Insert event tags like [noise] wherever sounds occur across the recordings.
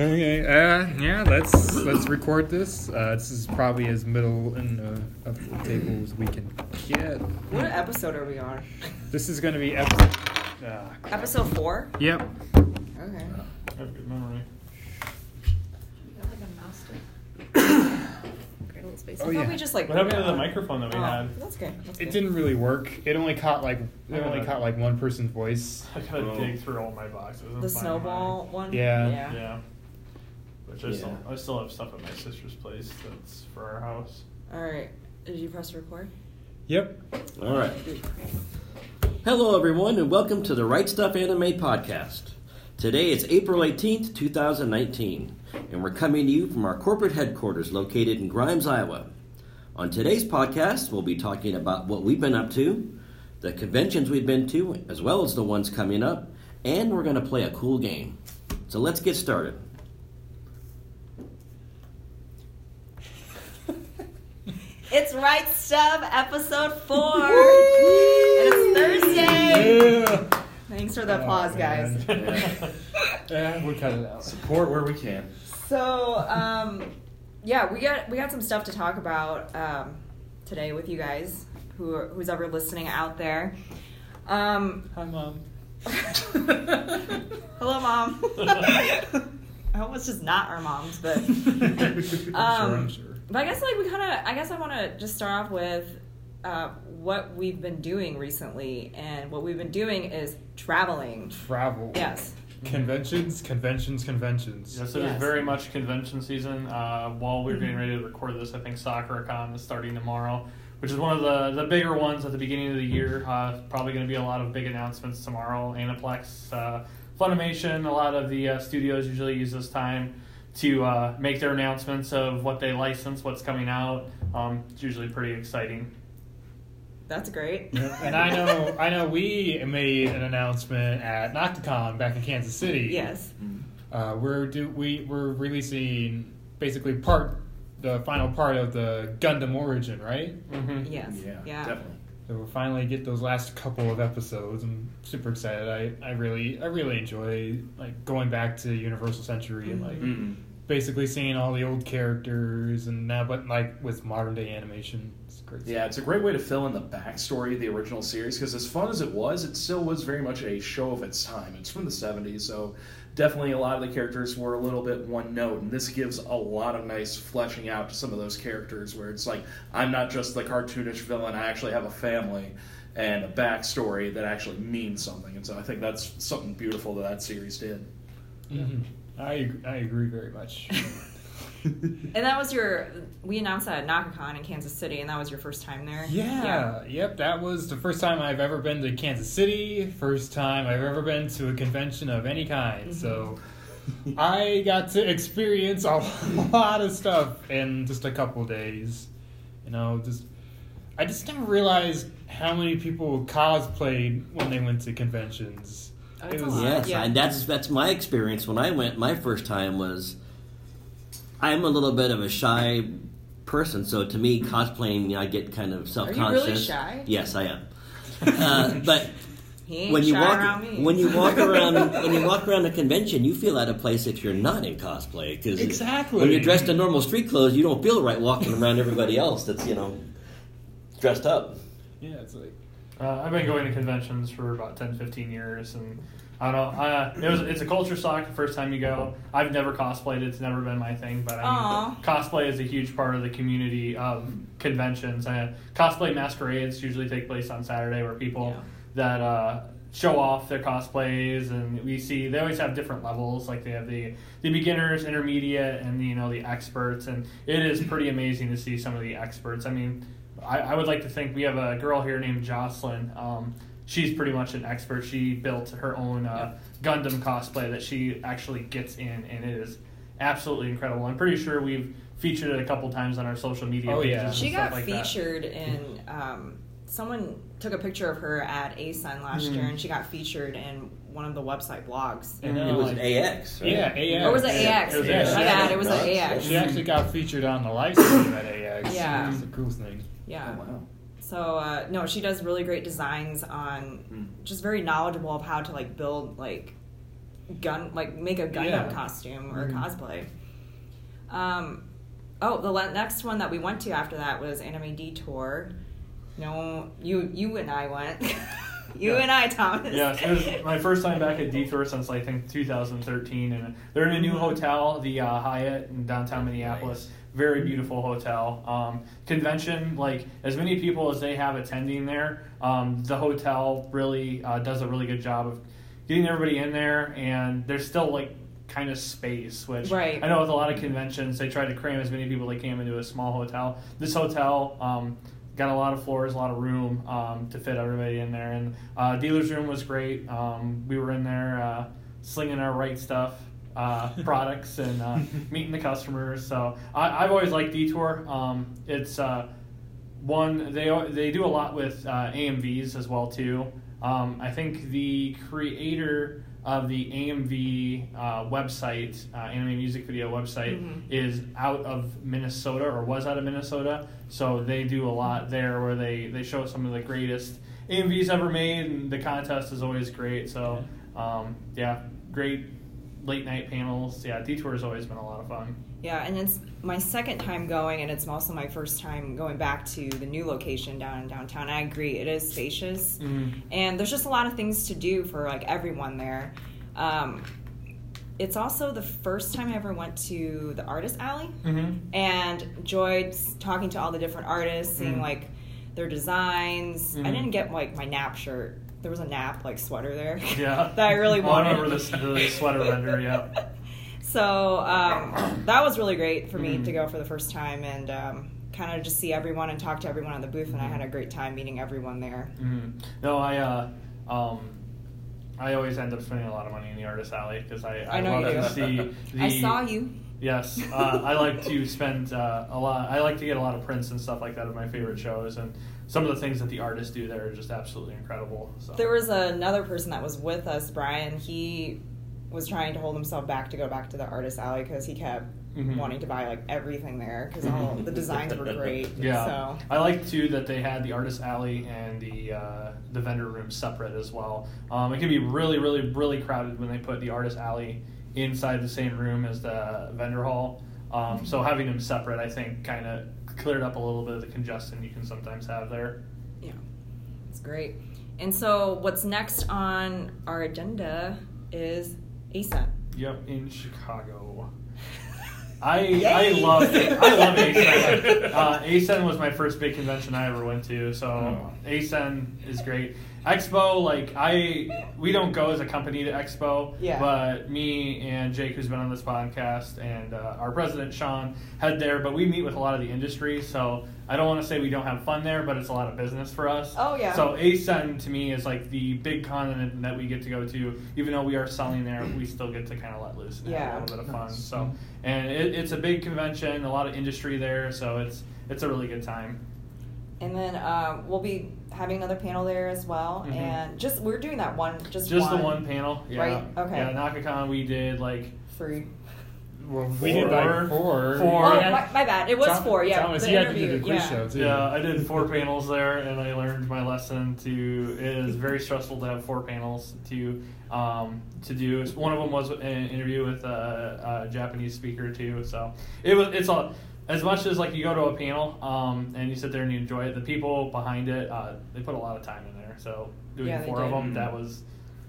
Okay. Uh, yeah. Let's let's record this. Uh, this is probably as middle and uh, up the table as we can get. What episode are we on? This is going to be episode. ah, crap. [laughs] Episode four. yep. Okay. Have good memory. [coughs] Oh I thought yeah. we just like. What happened to the microphone that we Oh, had? That's good. That's it good. didn't really work. It only caught like it only Yeah. caught like one person's voice. I gotta Oh. dig through all my boxes. and The find snowball one. Yeah. mine. Yeah. Yeah. Which I Yeah. still I still have stuff at my sister's place that's for our house. All right. Did you press record? Yep. All right. Hello, everyone, and welcome to the Right Stuff Anime Podcast. Today is April 18th, 2019, and we're coming to you from our corporate headquarters located in Grimes, Iowa. On today's podcast, we'll be talking about what we've been up to, the conventions we've been to, as well as the ones coming up, and we're going to play a cool game. So let's get started. [laughs] It's right stuff. Episode four. it is Thursday. Yeah. [laughs] Thanks for the Oh, applause, man. guys. [laughs] [laughs] Yeah, we cut it out. Support where we can. So, um, yeah, we got we got some stuff to talk about um, today with you guys, who are, who's ever listening out there. Um, Hi, mom. Hello, mom. I hope it's just not our moms, [laughs] but um, I'm sure. but I guess like we kind of I guess I want to just start off with uh, what we've been doing recently, and what we've been doing is traveling. Travel. Yes. Conventions, conventions, conventions. yes, it is Yes. very much convention season. Uh, while we are getting ready to record this, I think SoccerCon is starting tomorrow, which is one of the, the bigger ones at the beginning of the year. Uh, probably going to be a lot of big announcements tomorrow. Anaplex, uh, Funimation, a lot of the uh, studios usually use this time to uh, make their announcements of what they license, what's coming out. Um, it's usually pretty exciting. That's great. Yep, and I know, I know. We made an announcement at Nocticon back in Kansas City. yes. uh, we're do we we're releasing basically part the final part of the Gundam Origin, right? Mm-hmm. Yes. definitely. So we'll finally get those last couple of episodes. I'm super excited. I, I really I really enjoy like going back to Universal Century and like Mm-hmm. basically seeing all the old characters and now but like with modern day animation. It's great. Yeah, it's a great way to fill in the backstory of the original series because, as fun as it was, it still was very much a show of its time. It's from the 70s, so definitely a lot of the characters were a little bit one note, and this gives a lot of nice fleshing out to some of those characters where it's like, I'm not just the cartoonish villain, I actually have a family and a backstory that actually means something. And so I think that's something beautiful that that series did. Mhm. I ag- I agree very much. And that was your. We announced that at NakaCon in Kansas City, and that was your first time there. Yeah, yep, that was the first time I've ever been to Kansas City, first time I've ever been to a convention of any kind. Mm-hmm. So I got to experience a [laughs] lot of stuff in just a couple days. You know, just I just never realized how many people cosplayed when they went to conventions. Oh, it's It a was- lot. Yeah. Yes, Yeah. and that's that's my experience when I went. My first time was. I'm a little bit of a shy person, so to me, cosplaying, I get kind of really self-conscious. shy? Yes, I am. uh, but He [laughs] ain't when you shy walk around me. when you [laughs] walk around when you walk around a convention, you feel out of place if you're not in cosplay. 'cause Exactly. When you're dressed in normal street clothes, you don't feel right walking around everybody else that's you know dressed up. Yeah, it's like Uh, I've been going to conventions for about 10, 15 years, and I don't know. Uh, it was it's a culture shock the first time you go. I've never cosplayed; it's never been my thing. But I mean, Aw. cosplay is a huge part of the community of conventions. And cosplay masquerades usually take place on Saturday, where people Yeah. that uh, show off their cosplays, and we see they always have different levels. Like they have the the beginners, intermediate, and you know the experts. And it is pretty amazing to see some of the experts. I mean, I, I would like to think we have a girl here named Jocelyn. Um, she's pretty much an expert. She built her own uh, Gundam cosplay that she actually gets in, and it is absolutely incredible. I'm pretty sure we've featured it a couple times on our social media. Oh, pages yeah. and She stuff got like that. featured in. Um, someone took a picture of her at ASUN last year, and she got featured in one one of the website blogs. you know, It was like- an AX. Right? yeah, AX. Or was it AX? It was AX. My bad, it was an AX. She actually got featured on the live stream at AX. Yeah. It's the coolest thing. Yeah. Oh, wow. So uh, no, she Hmm. does really great designs on, just very knowledgeable of how to like build like gun like make a Gundam Yeah. costume Hmm. or cosplay. Um, oh, the le- next one that we went to after that was Anime Detour. No, you you and I went. [laughs] you Yeah. and I, Thomas. Yeah, so it was my first time back at Detour since I think 2013, and they're in a new hotel, the uh, Hyatt in downtown Minneapolis. Very beautiful hotel. Um, convention, like as many people as they have attending there, um, the hotel really uh, does a really good job of getting everybody in there, and there's still like kind of space, which Right. I know with a lot of conventions they try to cram as many people they can into a small hotel. This hotel. Um, Got a lot of floors, a lot of room um, to fit everybody in there, and uh, dealer's room was great. Um, we were in there uh, slinging our right stuff, uh, [laughs] products, and uh, meeting the customers. So I, I've always liked Detour. Um, it's uh, one they they do a lot with uh, AMVs as well too. Um, I think the creator of the AMV uh, website, uh, anime music video website, Mhm. is out of Minnesota or was out of Minnesota. So they do a lot there where they they show some of the greatest AMVs ever made, and the contest is always great. So um, yeah, great late night panels. Yeah, Detour has always been a lot of fun. [laughs] Yeah, and it's my second time going, and it's also my first time going back to the new location down in downtown. I agree, it is spacious, Mm-hmm. and there's just a lot of things to do for like everyone there. Um, it's also the first time I ever went to the artist alley Mm-hmm. and enjoyed s- talking to all the different artists, seeing Mm. like their designs. I Mhm. didn't get like my nap shirt. There was a nap like sweater there. Yeah. [laughs] that I really [laughs] Oh, wanted. I remember this, the sweater vendor, yeah. [laughs] So um, that was really great for me Mm. to go for the first time and um, kind of just see everyone and talk to everyone on the booth, Mm. and I had a great time meeting everyone there. hmm No, I, uh, um, I always end up spending a lot of money in the artist alley because I, I, I know you love to do. see [laughs] the. I saw you. Yes, uh, I like to spend uh, a lot. I like to get a lot of prints and stuff like that of my favorite shows, and some of the things that the artists do there are just absolutely incredible. So. There was another person that was with us, Brian. He was trying to hold himself back to go back to the artist alley because he kept Mhm. wanting to buy like everything there because all the designs were great. Mm-hmm. [laughs] Yeah, So I like too that they had the artist alley and the uh, the vendor room separate as well. Um, it can be really, really, really crowded when they put the artist alley inside the same room as the vendor hall. Um, so having them separate, I think, kind of cleared up a little bit of the congestion you can sometimes have there. yeah, it's great. And so what's next on our agenda is ASAP. Yep, in [laughs] Chicago. I I love it. I [laughs] love ASEN. Uh, ASEN was my first big convention I ever went to, so Oh. ASEN is great. Expo, like I, we don't go as a company to Expo, Yeah. but me and Jake, who's been on this podcast, and uh, our president Sean head there. But we meet with a lot of the industry, so I don't want to say we don't have fun there, but it's a lot of business for us. Oh, yeah. So ASUN to me is like the big continent that we get to go to. Even though we are selling there, we still get to kind of let loose and have Yeah. a little bit of fun. Nice. So, and it, it's a big convention, a lot of industry there, so it's it's a really good time. And then um, we'll be having another panel there as well. Mhm. And just we're doing that one, just Just one, the one panel, yeah. Right, okay. Yeah, Nakacon we did like three. Well, we did like four. Four. Oh, yeah. my, my bad. It was Tom- four. Yeah, Thomas, the you had to interview. do the quiz yeah. show too. Yeah, I did four panels there, and I learned my lesson. To it is very stressful to have four panels to um, to do. One of them was an interview with a, a Japanese speaker too. So it was it's all as much as like you go to a panel um, and you sit there and you enjoy it. The people behind it uh, they put a lot of time in there. So doing Yeah, they four of did. them that was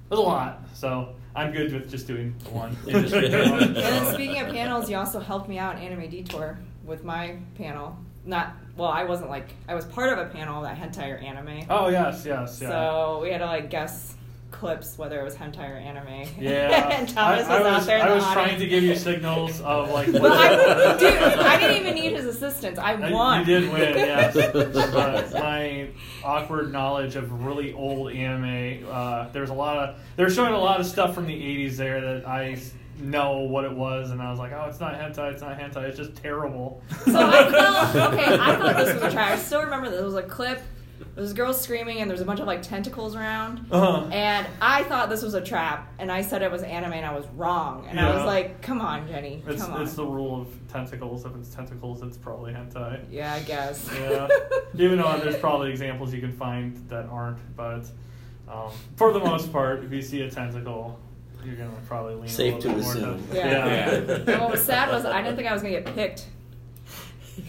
was a lot. So I'm good with [laughs] just doing one. And And then then speaking of panels, you also helped me out in Anime Detour with my panel. Not well, I wasn't like I was part of a panel that hentai or anime. [laughs] oh yes, yes, yeah. So we had to like guess clips whether it was hentai or anime. [laughs] Yeah, [laughs] and Thomas I, I was, was out there. In I the was trying audience. to give you signals of like. [laughs] Well, I, dude, I didn't [laughs] even need his assistance. I I- won. You [laughs] did win, yes. But my awkward knowledge of really old anime. Uh, there's a lot of they're showing a lot of stuff from the '80s there that I s- know what it was, and I was like, oh, it's not hentai, it's not hentai, it's just terrible. So [laughs] I thought, okay, I thought this was a try. I still remember this. There was a clip. There was a girl screaming, and there's a bunch of like tentacles around. Uh-huh. And I thought this was a trap, and I said it was anime, and I was wrong. And I was Yeah. like, "Come on, Jenny, It's, come on." it's the rule of tentacles. If it's tentacles, it's probably hentai. yeah, I guess. Yeah. Even though there's probably examples you can find that aren't, but um, for the most part, if you see a tentacle, you're gonna probably lean Safe a to little bit more assume. to- Yeah. [laughs] Yeah. [laughs] And what was sad was I didn't think I was gonna get picked.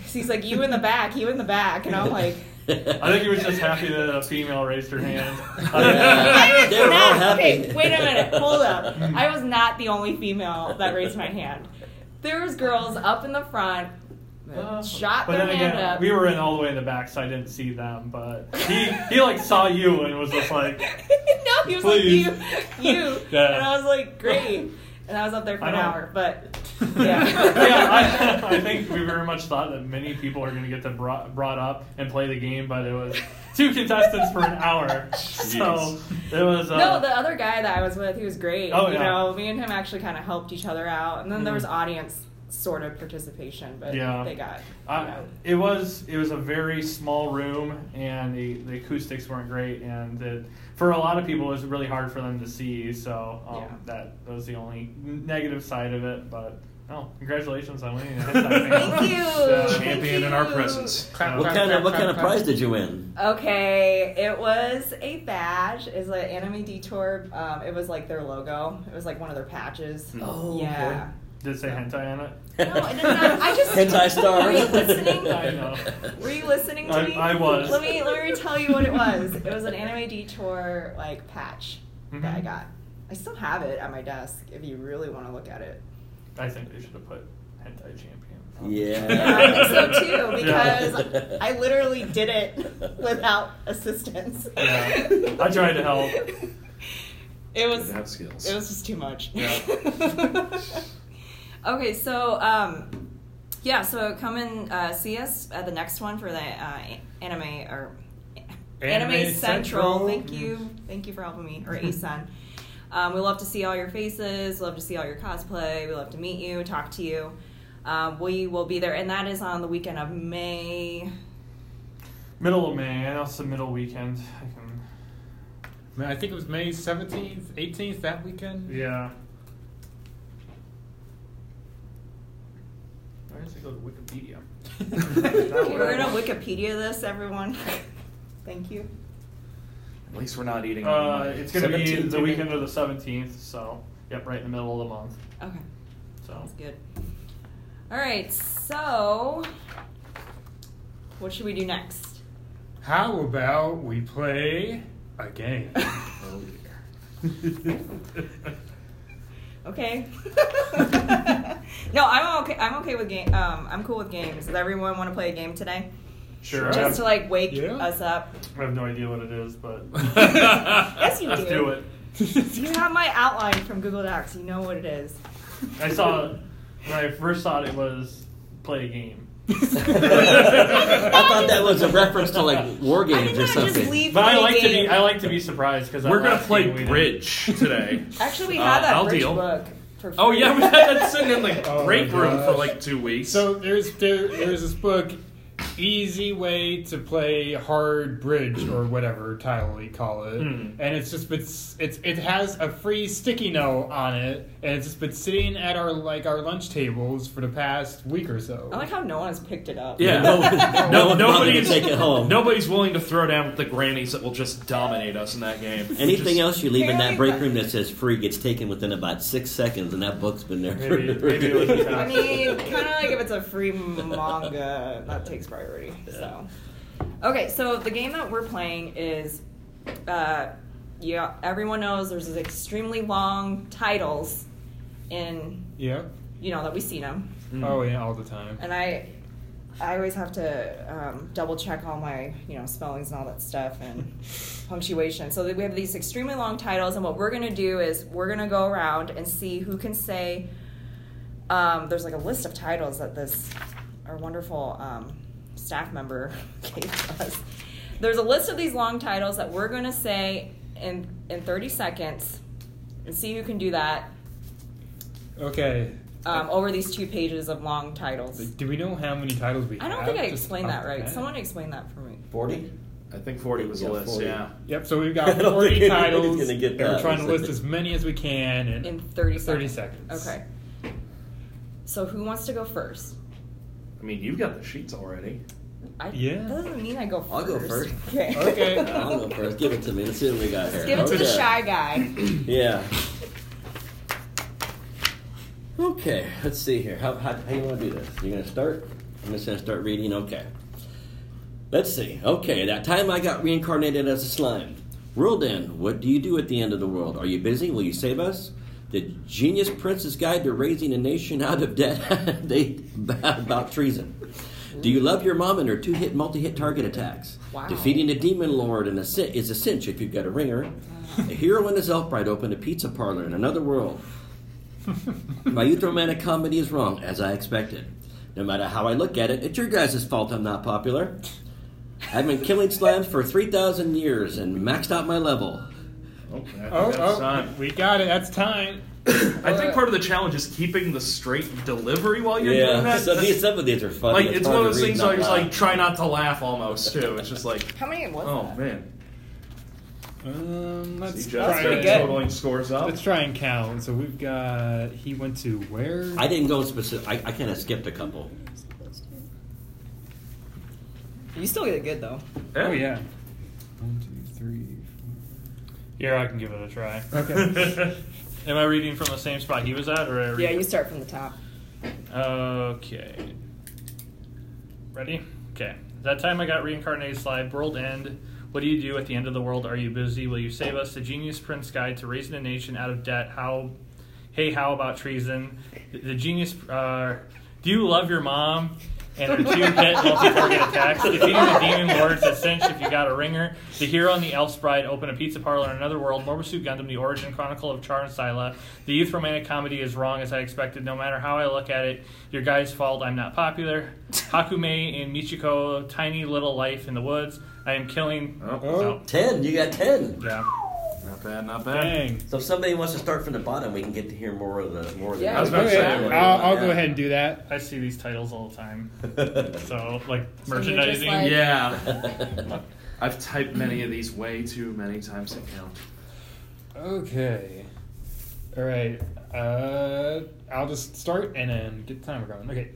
'Cause he's like, you in the back, you in the back, and I'm like, I think he was just happy that a female raised her [laughs] hand. [laughs] I was They were all not- happy. Okay, wait a minute, hold up. I was not the only female that raised my hand. There was girls up in the front that Well, shot Uh, Oh. but their then hand again, up. we were in all the way in the back, so I didn't see them. But he he like saw you and was just [laughs] like, no, he was Please. like you, you, [laughs] Yeah. and I was like, great. And I was up there for I an know. hour, but [laughs] yeah, Yeah. I, I think we very much thought that many people are going to get them brought, brought up and play the game, but it was two contestants for an hour, so it was. Uh, no, the other guy that I was with, he was great. Oh, you yeah. know, me and him actually kind of helped each other out, and then there was Mhm. audience sort of participation, but Yeah. they got. you I, know. it was it was a very small room and the, the acoustics weren't great and it, for a lot of people it was really hard for them to see so um, Yeah. that was the only negative side of it but no congratulations [laughs] on winning Thank you. Yeah. Champion in our presence. Clap, What clap, kind of clap, what kind clap, of clap. prize did you win? Uh, Okay, it was a badge. Is an anime detour. Um, it was like their logo. It was like one of their patches. Hmm. Oh, yeah. did it say hentai on it No, I did not. I just- [laughs] hentai star. Were you listening? I know. Were you [laughs] listening to I- me? I was. Let me let me tell you what it was. It was an anime detour like patch that I Mhm. got. I still have it at my desk if you really want to look at it. I think they should have put hentai champion Yeah. Yeah, I think so too [laughs] Yeah. because I literally did it without assistance. Yeah. I tried to help. It Good was to have skills. It was just too much. Yeah. [laughs] okay, so um, yeah, so come and uh, see us at the next one for the uh, anime or Anime anime, Central. Central. Thank you, thank you for helping me [laughs] or Asan. um, we love to see all your faces. Love to see all your cosplay. We love to meet you, talk to you. Um, we will be there, and that is on the weekend of May. middle of May and also middle weekend I can Man, I think it was May 17th, 18th, that weekend. yeah I guess I go to Wikipedia Okay, we're gonna Wikipedia this, everyone. [laughs] Thank you. At least we're not eating. on Uh, Monday. it's going to be 17th, the you mean? weekend of the 17th, so, yep, right in the middle of the month. Okay. So, Sounds good. All right, so what should we do next? How about we play a game? Oh, dear. Okay. [laughs] no, I'm okay. I'm okay with game. Um, I'm cool with games. Does everyone want to play a game today? sure. I Just have, to like wake Yeah. us up. I have no idea what it is, [laughs] but Yes, you let's do. do it. You have my outline from Google Docs. You know what it is. I saw, when I first thought it was play a game. I thought that was a reference to like war I didn't games or want to something. just leave. But I play like to game. be I like to be surprised because We're gonna play bridge today. Actually, we Uh, had that I'll bridge deal. book. For Oh yeah, we free. had that sitting in the Oh, break my room for gosh. like two weeks. So there's there, there's this book, Easy Way to Play Hard Bridge or whatever title you call it, Hmm. and it's just it's it's it has a free sticky note on it, and it's just been sitting at our like our lunch tables for the past week or so. [laughs] I like how no one has picked it up. Yeah, no, No, no one bothered to nobody's- take it home. nobody's willing to throw down with the grannies that will just dominate us in that game. Anything else you leave in that Apparently- break room that says free gets taken within about six seconds, and that book's been there. for- Maybe- maybe it [laughs] was- I mean, kind of like if it's a free manga, that takes priority. So, okay, so the game that we're playing is, uh, yeah, everyone knows there's these extremely long titles, in Yeah. you know that we see them, Oh yeah, all the time. and I, I always have to um, double check all my you know spellings and all that stuff and punctuation. So that we have these extremely long titles, and what we're gonna do is we're gonna go around and see who can say. Um, there's like a list of titles that this our wonderful um, staff member [laughs] gave us. There's a list of these long titles that we're gonna say in in 30 seconds, and see who can do that Okay. um, over these two pages of long titles. Do we know how many titles we I have? don't think I Just explained off that the right. bat? Someone explain that for me. Forty. I think forty was the Yeah, list. 40. Yeah. Yep, so we've [laughs] I got don't think 40 anybody's titles, gonna get and we're that. trying to list as many as we can in, In 30 seconds. 30 seconds. Okay. So who wants to go first? I mean, you've got the sheets already. I, Yeah. That doesn't mean I go first. I'll go first. [laughs] Okay. Okay. I'll go first. Give it to me. Let's see what we got here. Give it to the Okay. shy guy. Yeah. Okay, let's see here. How, how, how you want to do this? You're going to start? I'm just going to start reading. Okay. Let's see. Okay, that time I got reincarnated as a slime. World end. What do you do at the end of the world? Are you busy? Will you save us? The Genius Prince's Guide to Raising a Nation Out of Debt. [laughs] they about treason. Do you love your mom and her two-hit, multi-hit target attacks? Wow. Defeating a demon lord and a sin- is a cinch if you've got a ringer. A hero and his elf bride open a pizza parlor in another world. [laughs] My youth romantic comedy is wrong, as I expected. No matter how I look at it, it's your guys' fault I'm not popular. I've been killing slimes for 3,000 years and maxed out my level. Okay, I think Oh, that's oh, time. we got it. That's time. I think part of the challenge is keeping the straight delivery while you're doing that. so these, some of these are funny. like it's hard one to of those read things out where it's loud. like try not to laugh almost too. It's just like, How many was oh that? man. Um, let's See, try. Jeff's got pretty good. totaling scores up. Let's try and count. So we've got. He went to where? I didn't go specific. I, I kind of skipped a couple. You still get it good though. Oh yeah. One, two, three. Here, I can give it a try. Okay. [laughs] Am I reading from the same spot he was at, or I read- Yeah, you start from the top. Okay. Ready? Okay. That time I got reincarnated slide, world end. What do you do at the end of the world? Are you busy? Will you save us? The Genius Prince Guide to Raising a Nation Out of Debt. How? Hey, how about treason? The, the Genius. Uh, do you love your mom? [laughs] And her two hit multi-target attacks, defeating the demon lords, a cinch if you got a ringer. The hero and the elf's bride open a pizza parlor in another world. Morbasuit Gundam, the origin chronicle of Char and Scylla. The youth romantic comedy is wrong as I expected. No matter how I look at it, your guy's fault. I'm not popular. [laughs] Hakume and Michiko, tiny little life in the woods. I am killing. Oh, Oh, Ten. You got ten. Yeah. not bad, not bad. dang. So if somebody wants to start from the bottom, we can get to hear more of the more of the. Yeah, I was Go about to say, ahead. what I'll, I'll go ahead and do that. I see these titles all the time. ahead. So like you're just merchandising. like- Yeah. I've typed many of these way too many times to count. Okay. All right. Uh, I'll just start and then get the timer going. Okay.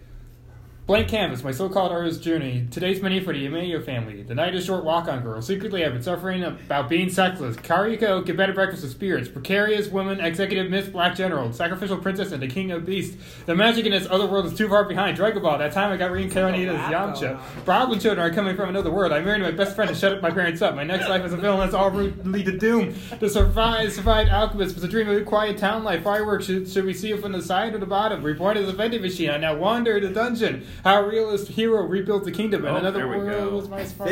Blank canvas, my so-called artist journey. Today's menu for the Emilio family. The night is short walk-on girl. Secretly, I've been suffering about being sexless. Kariko, get better breakfast with spirits. Precarious woman, executive miss, black general, sacrificial princess, and the king of beasts. The magic in this other world is too far behind. Dragon Ball, that time I got reincarnated as There's a lot going Yamcha. on. Problem children are coming from another world. I married my best friend and shut up my parents up. My next life as a villain is all rudely to doom. The survived, survived alchemist was a dream of a quiet town life. Fireworks should, should we see it from the side or the bottom? Reborn as a vending machine. I now wander the dungeon. How a realist hero rebuilt the kingdom and Oh, another there we world go. was my spark.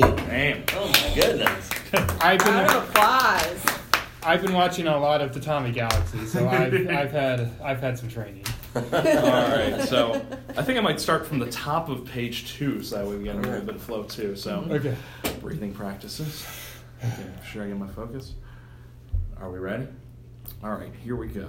[laughs] Damn. [laughs] Oh my goodness. I've Round been of applause. I've been watching a lot of Tatami Galaxy, so [laughs] I've, I've had I've had some training. [laughs] All right, so I think I might start from the top of page two, so that way we get a little bit of flow too. So Okay. breathing practices. Okay, sure I get my focus. Are we ready? All right, here we go.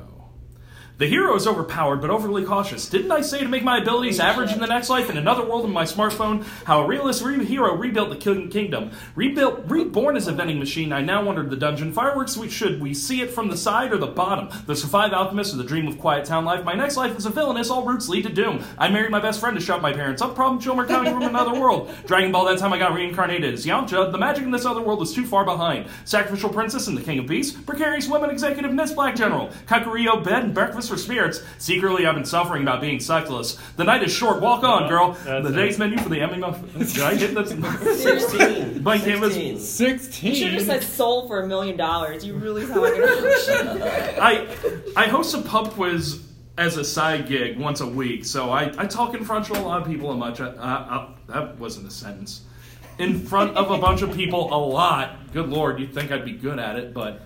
The hero is overpowered but overly cautious. Didn't I say to make my abilities average in the next life in another world in my smartphone? How a realist re- hero rebuilt the king- kingdom. Rebuilt, reborn as a vending machine, I now wondered the dungeon. Fireworks, we, should we see it from the side or the bottom? The survive alchemist or the dream of quiet town life? My next life is a villainous, all roots lead to doom. I married my best friend to shut my parents up. Problem, Chilmer County room, another world. Dragon Ball, that time I got reincarnated as Yamcha. The magic in this other world is too far behind. Sacrificial princess and the king of beasts. Precarious women executive Miss Black General. Kakariko bed and breakfast for spirits. Secretly, I've been suffering about being sexless. The night is short. Walk on, girl. That's the it. day's menu for the Emmy Muffin. Did I [laughs] get this? Sixteen. My game was- Sixteen. You should Sixteen. have just said sold for a million dollars. You really [laughs] sound like [laughs] a I I host a pub quiz as a side gig once a week, so I, I talk in front of a lot of people a much. I, I, I, that wasn't a sentence. In front of a bunch of people a lot. Good lord, you'd think I'd be good at it, but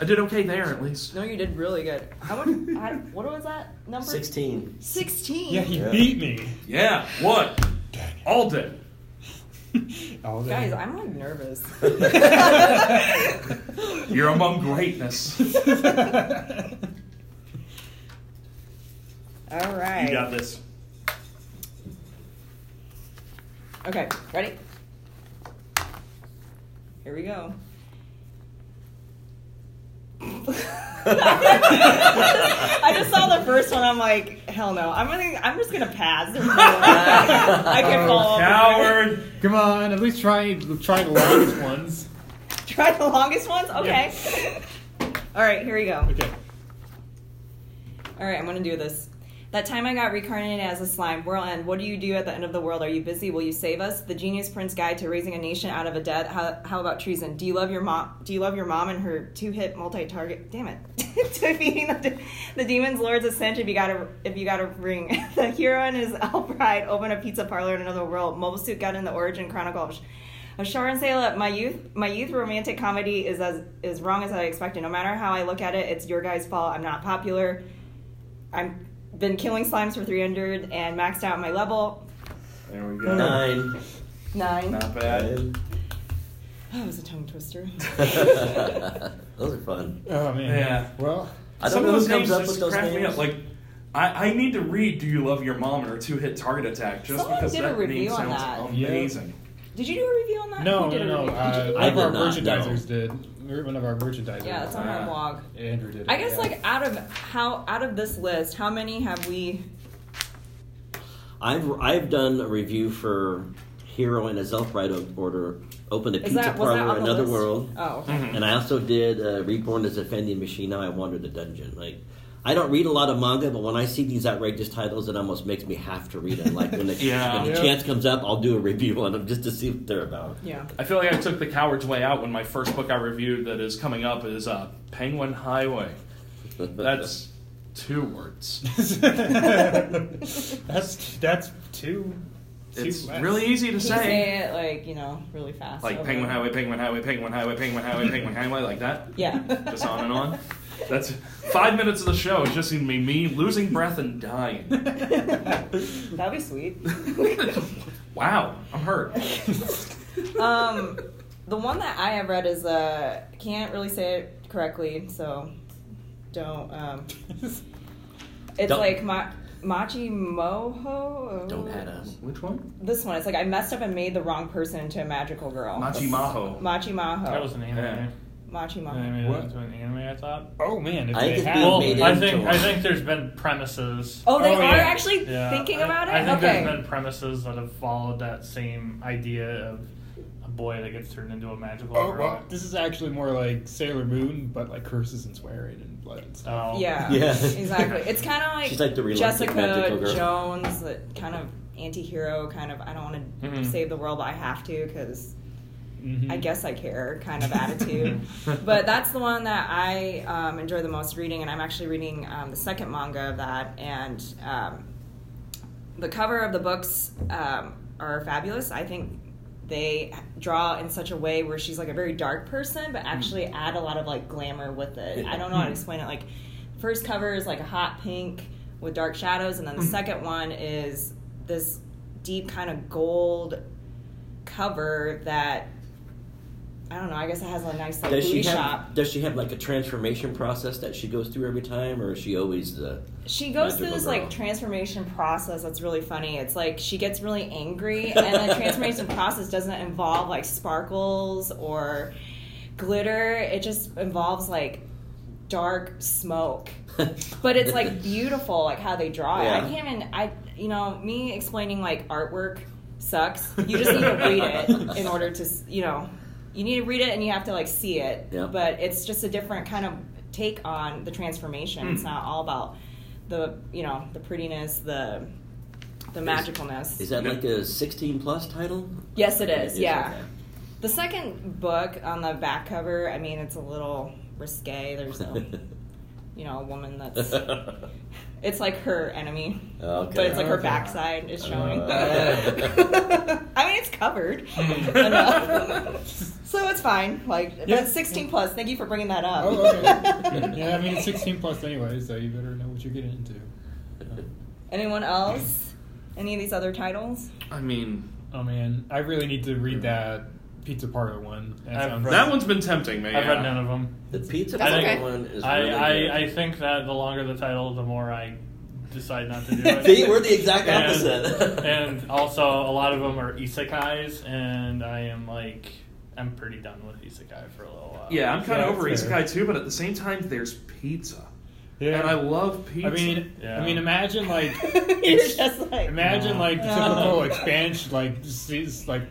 I did okay there at least. No, you did really good. I wonder, I, what was that number? [laughs] Sixteen. 16. yeah, he Yeah. beat me. Yeah, what? All day. [laughs] All day. Guys, I'm [laughs] like nervous. You're among greatness. All right. this. Okay, ready? Here we go. [laughs] I just saw the first one. I'm like, hell no. I'm gonna, I'm just gonna pass. I can follow. up with it. Coward! Come on, at least try try the longest ones. [laughs] Try the longest ones. Okay. All right, here we go. Okay. All right, I'm gonna do this. That time I got reincarnated as a slime. World end. What do you do at the end of the world? Are you busy? Will you save us? The Genius Prince Guide to Raising a Nation Out of a Dead. How, how about treason? Do you love your mom? Do you love your mom and her two-hit multi-target? Damn it! [laughs] Defeating the, de- the demons, Lords Ascent. If you got a if you got a ring, [laughs] the hero and his bride open a pizza parlor in another world. Mobile Suit Gun in the Origin Chronicle. of Sh- of Sharon Saleh, my youth, my youth romantic comedy is as is wrong as I expected. No matter how I look at it, it's your guys' fault. I'm not popular. I've been killing slimes for 300 and maxed out my level. There we go. Nine. Nine. Oh, Not bad. That was a tongue twister. [laughs] Those are fun. Oh man. Yeah. Well, I don't Some know of those who comes names up just with those crack names. me up. Like, I, I need to read "Do You Love Your Mom" or "Two Hit Target Attack" just Someone because did a that name review on sounds that. Yeah. amazing. Did you do a review on that? no, Who did no, a no. review? Did Uh, you- I one of did our not, merchandisers did. One of our merchandisers. yeah, it's on our Ah. blog. Andrew did. It, I guess yeah. like out of how out of this list, how many have we? I've I've done a review for Hero and a Zelf Right Order, opened a Is pizza that was that parlor, on the another list? world, Oh, okay. Mm-hmm. and I also did uh, Reborn as a Vending Machine. Now I wandered a dungeon. Like I don't read a lot of manga, but when I see these outrageous titles, it almost makes me have to read them. Like when the, [laughs] Yeah. when the Yeah. chance comes up, I'll do a review on them just to see what they're about. [laughs] yeah. I feel like I took the coward's way out when my first book I reviewed that is coming up is uh, "Penguin Highway." That's two words. [laughs] that's that's two. two It's less. [laughs] really easy to You can say say. it like you know really fast. Like over- Penguin Highway, Penguin Highway, Penguin Highway, Penguin Highway, Penguin Highway, like that. Yeah. Just on [laughs] and on. That's five minutes of the show. It's just going to be me losing breath and dying. Oh, That'd be sweet. [laughs] Wow, I'm hurt. um, the one that I have read is uh can't really say it correctly, so don't. Um, it's Don't- like ma- Machi Moho. Don't at us. Which one? This one, it's like I messed up and made the wrong person into a magical girl. Machi Maho. Machi Maho. That was an anime. Yeah. Machi They Maho. made What? it into an anime, I thought. Oh man, if I they think had- they Well, made it I think into I one. think there's been premises. Oh, they Oh, are yeah. actually Yeah, thinking I- about it. I think okay. there's been premises that have followed that same idea of a boy that gets turned into a magical. Oh girl. well, this is actually more like Sailor Moon, but like curses and swearing and blood and stuff. Oh. Yeah. Yeah. Exactly. It's kind of like, [laughs] She's like the reluctant magical Jessica girl. Jones, that kind of anti-hero, kind of I don't want to Mhm. save the world, but I have to because Mhm. I guess I care kind of attitude. but that's the one that I um, enjoy the most reading, and I'm actually reading um, the second manga of that. And um, the cover of the books um, are fabulous. I think they draw in such a way where she's like a very dark person, but actually add a lot of like glamour with it. I don't know how to explain it. Like, first cover is like a hot pink with dark shadows, and then the second one is this deep kind of gold cover that I don't know. I guess it has a nice like Does booty she have shop. Does she have like a transformation process that she goes through every time, or is she always the? She goes through Magical this girl. like [laughs] transformation process that's really funny. It's like she gets really angry, and the transformation process doesn't involve like sparkles or glitter. It just involves like dark smoke. But it's [laughs] like beautiful, like how they draw it. Yeah. I can't even. I you know me explaining like artwork sucks. You just need to read it [laughs] in order to s- you know you need to read it and you have to like see it. Yeah. But it's just a different kind of take on the transformation. It's not all about the you know the prettiness, the the magicalness. Is that like a 16 plus title? yes, it is. It is, yeah. okay. The second book on the back cover. I mean, it's a little risque. There's [laughs] no you know a woman that's It's like her enemy. Okay. But it's like her Okay. backside is showing. Uh. [laughs] I mean, it's [laughs] covered enough. so it's fine. Like, but it's 16 plus. Thank you for bringing that up. Oh, [laughs] okay. yeah, I mean it's 16 plus anyway, so you better know what you're getting into. Anyone else? Any of these other titles? I mean, Oh man, I really need to read that pizza parlor one. That I've sounds- read- that one's been tempting me. I've read yeah. none of them. the pizza That's parlor okay. one is I, really good. I, I think that the longer the title, the more I decide not [laughs] to do it. See, we're the exact And- opposite. [laughs] and also, a lot of them are isekais, and I am like, I'm pretty done with isekai for a little while. Yeah, I'm kind Yeah, of over that's fair. Isekai too, but at the same time, there's pizza. Yeah. And I love pizza. I mean, Yeah. I mean, imagine like [laughs] You're just like. Oh. Imagine No. like the No. typical expansion, like just, it's like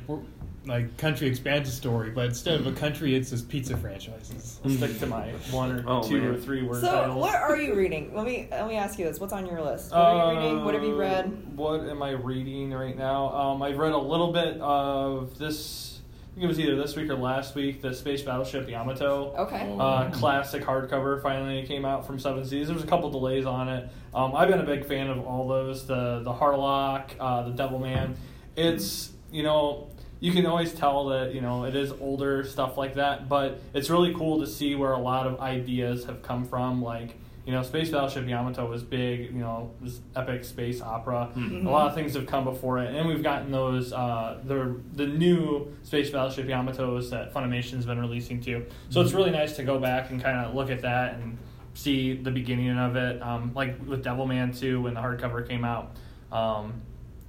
like country expansion story, but instead of a country, it's just pizza franchises. I'll stick to my one or Oh, two or man. three word So, titles. what are you reading? Let me let me ask you this. What's on your list? What are you reading? What have you read? Um, What am I reading right now? Um, I've read a little bit of this. I think it was either this week or last week. The space battleship Yamato. Okay. Uh, classic hardcover finally came out from Seven Seas. There was a couple delays on it. Um, I've been a big fan of all those. The the Harlock, uh, the Devil Man. It's you know you can always tell that you know it is older stuff like that, but it's really cool to see where a lot of ideas have come from. Like you know, Space Battleship Yamato was big. You know, this epic space opera. Mhm. A lot of things have come before it, and we've gotten those uh, the the new Space Battleship Yamatos that Funimation's been releasing too. So it's really nice to go back and kind of look at that and see the beginning of it. Um, like with Devilman too, when the hardcover came out. Um,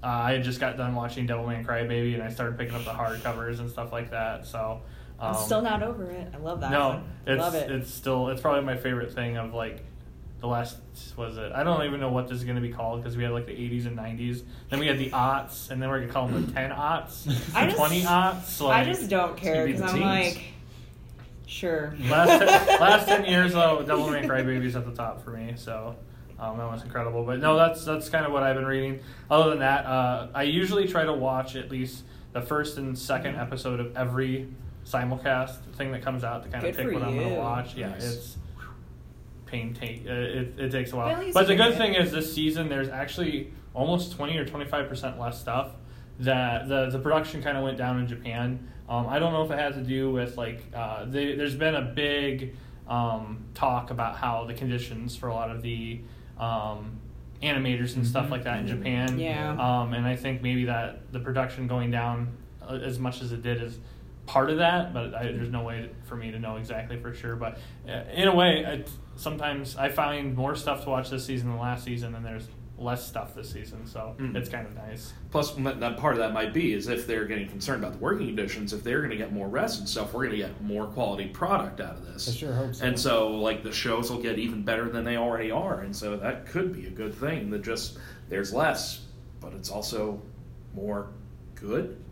uh, I had just got done watching Devilman Crybaby, and I started picking up the hardcovers and stuff like that. So um, I'm still not over it. I love that. no, one. it's love it. it's still it's probably my favorite thing of like the last was it I don't even know what this is gonna be called because we had like the 80s and 90s. Then we had the aughts, and then we're gonna call them the 10 aughts, I the just- 20 aughts. I Like, just don't care be the because I'm teens. like, sure. last [laughs] ten, last 10 years though, Devil May Cry Baby's at the top for me. So. Um, that was incredible, but no, that's that's kind of what I've been reading. Other than that, uh, I usually try to watch at least the first and second Mm-hmm. episode of every simulcast thing that comes out to kind Good of pick for what I'm going you. to watch. Yeah, Nice. it's pain take. Uh, it, it takes a But at while. least But the you good get thing it. is this season there's actually almost twenty or twenty five percent less stuff. That the the production kind of went down in Japan. Um, I don't know if it has to do with like uh, they, there's been a big um, talk about how the conditions for a lot of the um, animators and stuff like that in Japan. Yeah. Um, and I think maybe that the production going down uh, as much as it did is part of that, but I, there's no way for me to know exactly for sure. But uh, in a way, I, sometimes I find more stuff to watch this season than last season, and there's less stuff this season, so Mm. it's kind of nice. Plus, m- that part of that might be is if they're getting concerned about the working conditions, if they're going to get more rest and stuff, we're going to get more quality product out of this. I sure hope so. And so, like, the shows will get even better than they already are. And so, that could be a good thing that just there's less, but it's also more good.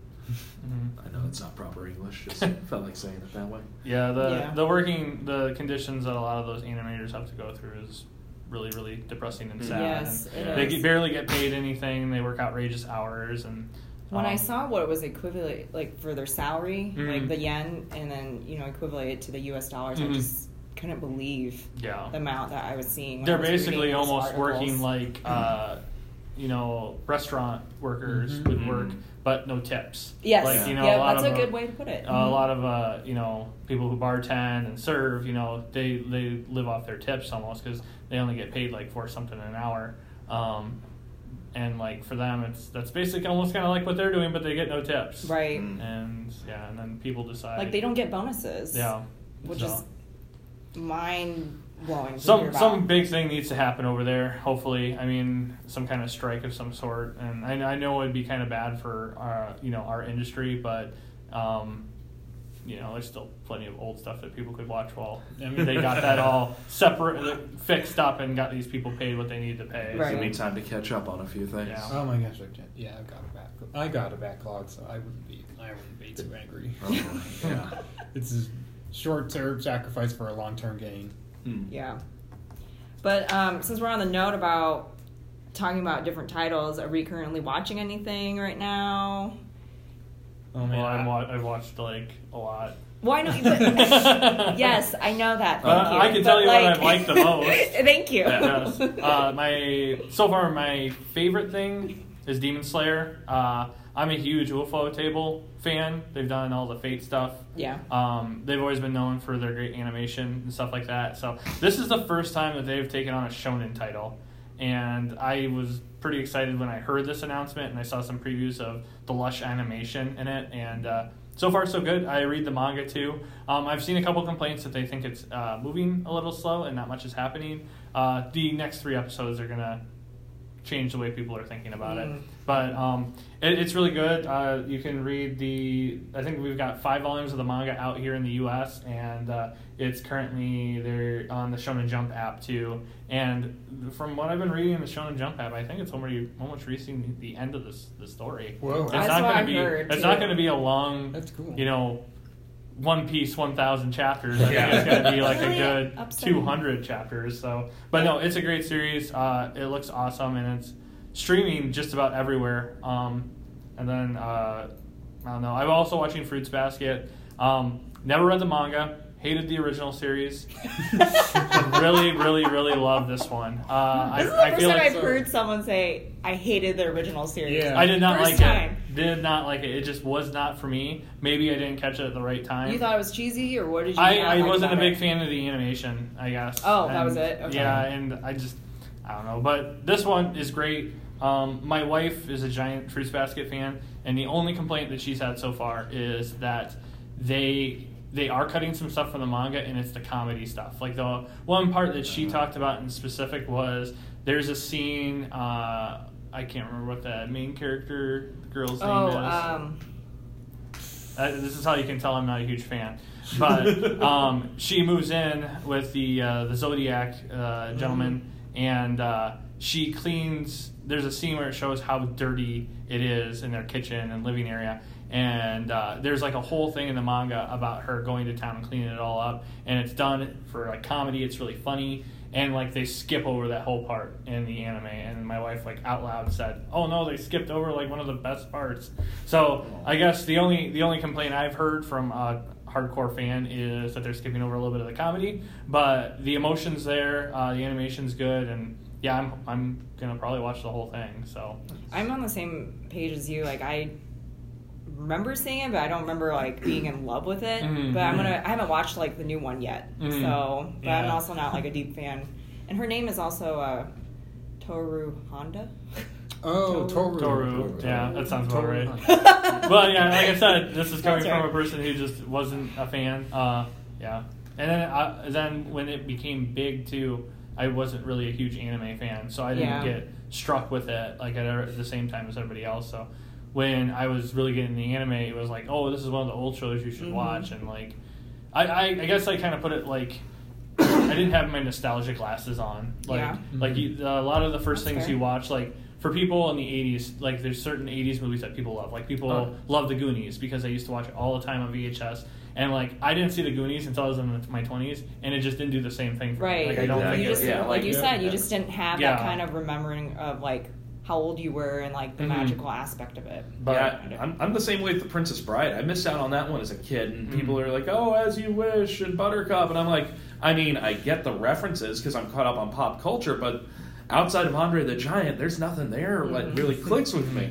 I know it's not proper English, just [laughs] felt like saying it that way. Yeah, the Yeah. the working the conditions that a lot of those animators have to go through is really really depressing and Mm. sad. Yes, and it they is. get- barely get paid anything. They work outrageous hours and. When I um, saw what it was equivalent, like for their salary, Mhm. like the yen, and then you know equivalent it to the U.S. dollars, Mhm. I just couldn't believe yeah, the amount that I was seeing. when I they're was basically reading those almost working articles. Mm-hmm. like uh, you know restaurant workers would Mhm. work but no tips Yes, like you know Mm-hmm. yeah, a lot that's of a uh, good way to Mm-hmm. put it. a lot of uh, you know people who bartend and serve you know they they live off their tips almost because they only get paid like four something an hour um, and like for them it's that's basically almost kind of like what they're doing but they get no tips Mm-hmm. right, Mm. and yeah and then people decide like they don't get bonuses. yeah which so. is mind blowing. some [laughs] some big [laughs] thing needs to happen over there. Hopefully, I mean some kind of strike of some sort, and I, I know it'd be kind of bad for our you know our industry, but um, you know there's still plenty of old stuff that people could watch while I mean- they got that all separate fixed up and got these people paid what they need to pay. It's Right. gonna be time to catch up on a few things. Yeah. oh my gosh, I can't. Yeah, I got a back. I got a backlog, so I wouldn't be. I wouldn't be too [laughs] angry. Oh, yeah. It's a short-term sacrifice for a long-term gain. Mm. Yeah. But um, since we're on the note about talking about different titles, are we currently watching anything right now? Oh Well, I- I'm, wa- I've watched like a lot. Why don't you? [laughs] But, yes, I know that. Thank Uh, you. I can But, tell you what like- I like the [laughs] most. thank you. Yes. Uh, my so far my favorite thing is Demon Slayer. Uh, I'm a huge UFO table fan. They've done all the Fate stuff. yeah. Um, they've always been known for their great animation and stuff like that. So this is the first time that they've taken on a shonen title, and I was pretty excited when I heard this announcement and I saw some previews of the lush animation in it. And uh, so far so good. I read the manga too. Um, I've seen a couple complaints that they think it's uh, moving a little slow and not much is happening. Uh, the next three episodes are gonna change the way people are thinking about Mm. it. But um, it, it's really good. Uh, you can read the. I think we've got five volumes of the manga out here in the U.S. and uh, it's currently they're on the Shonen Jump app too. And from what I've been reading in the Shonen Jump app, I think it's already almost reaching the end of this the story. Whoa. It's That's not what gonna I've be. heard, it's too. not going to be a long. That's cool. You know, One Piece one thousand chapters. I Yeah. think it's going to be like Really a good upsetting. two hundred chapters. So, but no, it's a great series. Uh, it looks awesome, and it's streaming just about everywhere. Um, and then uh, I don't know. I'm also watching Fruits Basket. Um, never read the manga. Hated the original series. [laughs] really, really, really love this one. Uh, This is the I, I first feel time like I've heard someone say I hated the original series. Yeah. I did not First like time. it. Did not like it. It just was not for me. Maybe I didn't catch it at the right time. You thought it was cheesy, or what did you? I, not I like wasn't a about big it? fan of the animation, I guess. Oh, that was it? Okay. Yeah, and I just, I don't know. But this one is great. Um, my wife is a giant Fruits Basket fan, and the only complaint that she's had so far is that they they are cutting some stuff from the manga, and it's the comedy stuff. Like the one part that Uh-huh. she talked about in specific was there's a scene. Uh, I can't remember what the main character the girl's name Oh, is. um, Uh, this is how you can tell I'm not a huge fan. But um, she moves in with the uh, the Zodiac uh, gentleman, and uh, she cleans. There's a scene where it shows how dirty it is in their kitchen and living area, and uh, there's like a whole thing in the manga about her going to town and cleaning it all up, and it's done for like comedy. It's really funny. And like they skip over that whole part in the anime, and my wife like out loud said, "Oh no, they skipped over like one of the best parts." So I guess the only the only complaint I've heard from a hardcore fan is that they're skipping over a little bit of the comedy, but the emotions there, uh, the animation's good, and yeah, I'm I'm gonna probably watch the whole thing. So I'm on the same page as you. Like I remember seeing it, but I don't remember like being in love with it. Mhm. But I'm gonna. I haven't watched like the new one yet. Mhm. So, but I'm Yeah. also not like a deep fan. And her name is also uh, Toru Honda. Oh, Toru. Toru, yeah, that sounds about Toru. right. [laughs] well, yeah, like I said, this is coming That's from right. a person who just wasn't a fan. Uh, yeah, and then I, then when it became big too, I wasn't really a huge anime fan, so I didn't Yeah. get struck with it like at, at the same time as everybody else. So when I was really getting the anime, it was like, oh, this is one of the old shows you should Mhm. watch, and like, I, I, I guess I kind of put it like. [coughs] I didn't have my nostalgia glasses on. Like, Yeah. like you, a lot of the first That's things fair. you watch, like for people in the '80s, like there's certain '80s movies that people love. Like people Oh. love The Goonies because I used to watch it all the time on VHS. And like I didn't see The Goonies until I was in my 20s, and it just didn't do the same thing for Right. me. Like I don't Exactly. think you it- just, yeah, like, like, you yeah, said, you yeah. just didn't have Yeah. that kind of remembering of like how old you were and like the Mhm. magical aspect of it. But yeah, I'm, I'm the same way with The Princess Bride. I missed out on that one as a kid, and Mhm. people are like, oh, as you wish, and Buttercup. And I'm like, I mean, I get the references because I'm caught up on pop culture, but outside of Andre the Giant, there's nothing there that really clicks with [laughs] me.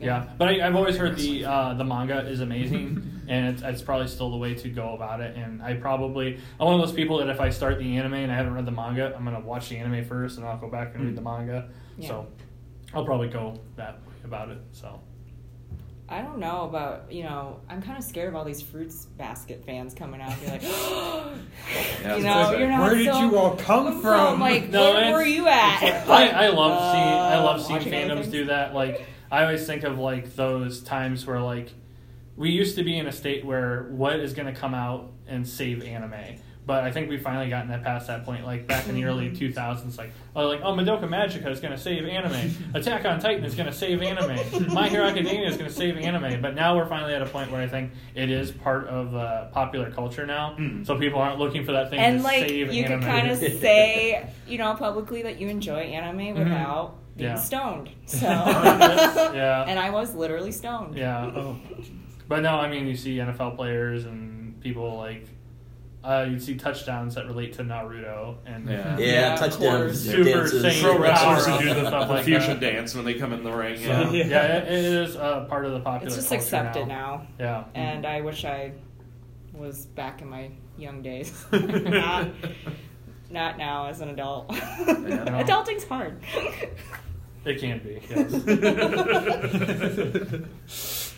Yeah, but I, I've always heard the uh, the manga is [laughs] amazing, and it's, it's probably still the way to go about it. And I probably I'm one of those people that if I start the anime and I haven't read the manga, I'm gonna watch the anime first, and I'll go back and read Hmm. the manga. So I'll probably go that way about it. So I don't know about you know. I'm kind of scared of all these fruits basket fans coming out. and [gasps] be like, [gasps] Yeah, you it's know, [laughs] like, you're not. where did [laughs] so- you all come from? [laughs] Like, No, where it's- were you [laughs] at? I, I love seeing I Uh, love seeing watching fandoms other do things? that. Like I always think of like those times where like we used to be in a state where what is going to come out and save anime. But I think we finally gotten that past that point. Like back in the early Mm-hmm. 2000s, like oh, like oh, Madoka Magica is going to save anime. Attack on Titan is going to save anime. My Hero Academia is going to save anime. But now we're finally at a point where I think it is part of uh, popular culture now. Mm. So people aren't looking for that thing And to like, save you anime. could kind [laughs] of say, you know, publicly that you enjoy anime Mhm. without being Yeah. [laughs] stoned. So, Yeah. and I was literally stoned. Yeah. Oh, But no, I mean, you see NFL players and people like, uh, you'd see touchdowns that relate to Naruto and Yeah. Yeah, Yeah, of touchdowns, course. Super dances, Saiyan Pro wrestlers power who do up. the Stuff like fusion that. dance when they come in the ring. So, yeah, Yeah. Yeah. it, it is uh, part of the popular. it's just culture Mm-hmm. accepted now. Yeah. and I wish I was back in my young [laughs] days. [laughs] not, not now as an adult. [laughs] Adulting's hard. It can be. [laughs] Yes.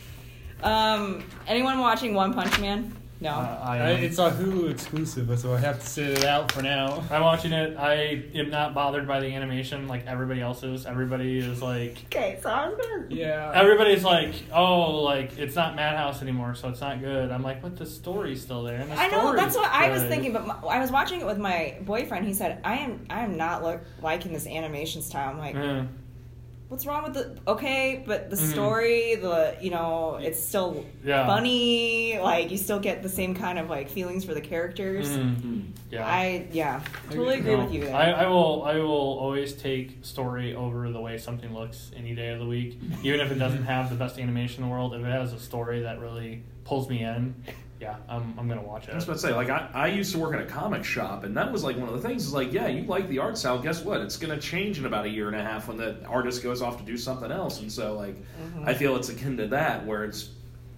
Uh, [laughs] um, anyone watching One Punch Man? No. Uh, I, I, am- it's a Hulu exclusive, so I have to sit it out for now. I'm watching it. I am not bothered by the animation like everybody else is. Everybody is like, okay, so I'm gonna. Yeah. everybody's like, oh, like it's not Madhouse anymore, so it's not good. I'm like, but the story's still there. and the I know that's story's what I was good. thinking, but my, I was watching it with my boyfriend. He said, "I am, I am not look, liking this animation style." I'm like, Yeah. "What's wrong with the okay?" But the Mhm. story, the you know, it's still Yeah. funny. Like you still get the same kind of like feelings for the characters. Mm. Yeah. I yeah, totally agree No. with you. There. I, I will. I will always take story over the way something looks any day of the week, even if it doesn't have the best animation in the world. If it has a story that really pulls me in, yeah, I'm, I'm gonna watch it. I was about to say, like, I, I used to work in a comic shop, and that was like one of the things. Is like, yeah, you like the art style. Guess what? It's going to change in about a year and a half when the artist goes off to do something else. And so, like, I feel it's akin to that, where it's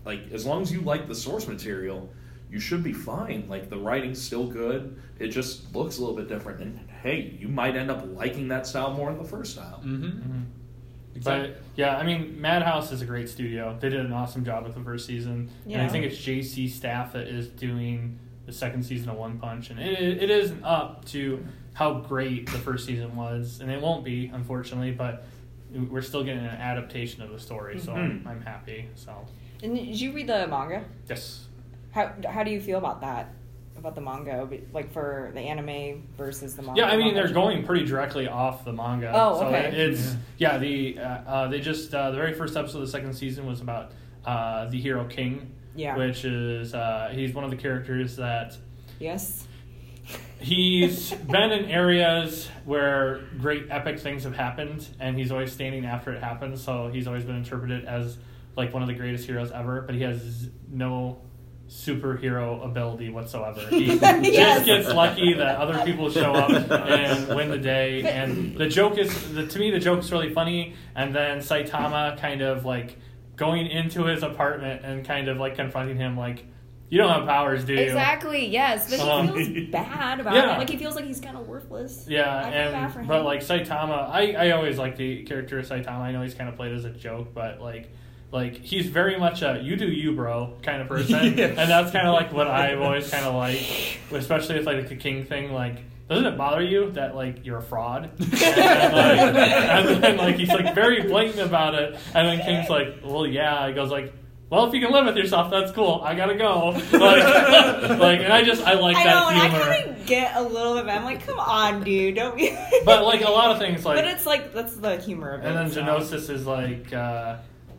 like, as long as you like the source material, you should be fine. Like, the writing's still good. It just looks a little bit different. And hey, you might end up liking that style more than the first style. Mm-hmm. Mhm. Exactly. But yeah, I mean, Madhouse is a great studio. They did an awesome job with the first season, and Yeah. I think it's JC Staff that is doing the second season of One Punch, and it, it isn't up to how great the first season was, and it won't be, unfortunately. But we're still getting an adaptation of the story, so I'm, Mhm. I'm happy. So and did you read the manga? yes, How how do you feel about that? About the manga, but, like for the anime versus the manga. yeah, I mean, manga? they're going pretty directly off the manga. Oh, so okay. it- it's yeah, the uh, uh, they just uh, the very first episode of the second season was about uh, the hero King. Yeah. which is uh, he's one of the characters that Yes. [laughs] he's been in areas where great epic things have happened and he's always standing after it happens so he's always been interpreted as like one of the greatest heroes ever but he has no superhero ability whatsoever [laughs] he Yes. just gets lucky that other people show up and win the day and the joke is the, to me the joke's really funny and then saitama kind of like going into his apartment and kind of like confronting him like you don't have powers do you Exactly. Yes, but he Um, feels bad about yeah. it. Like he feels like he's kind of worthless. Yeah, I feel bad for and him. but like Saitama, I, I always like the character of Saitama. I know he's kind of played as a joke, but like like he's very much a you do you bro kind of person, Yes. and that's kind of like what I've always kind of like, especially with like the King thing. Like, doesn't it bother you that like you're a fraud? And then, like, and then like he's like very blatant about it, and then King's like, well, yeah. He goes like. Well, if you can live with yourself, that's cool. I gotta go. Like, [laughs] like and I just I like I know, that and I humor. kind of get a little bit. I'm like, come on, dude, don't be. [laughs] But like a lot of things, like but it's like that's the humor of it. And then so. Genosis is like, uh,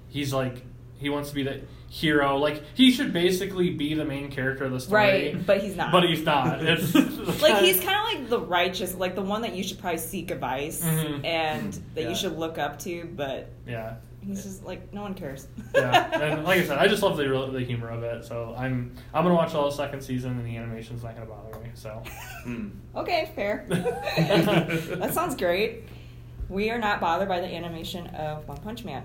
he's like, he wants to be the hero. Like, he should basically be the main character of the story. right? But he's not. But he's not. It's [laughs] like [laughs] he's kind of like the righteous, like the one that you should probably seek advice Mhm. and that Yeah. you should look up to. But yeah, he's just like no one cares. yeah. And like I said, I just love the real- the humor of it. So I'm I'm gonna watch all the second season, and the animation's not gonna bother me. So Hmm. okay, [laughs] fair. [laughs] that sounds great. We are not bothered by the animation of One Punch Man.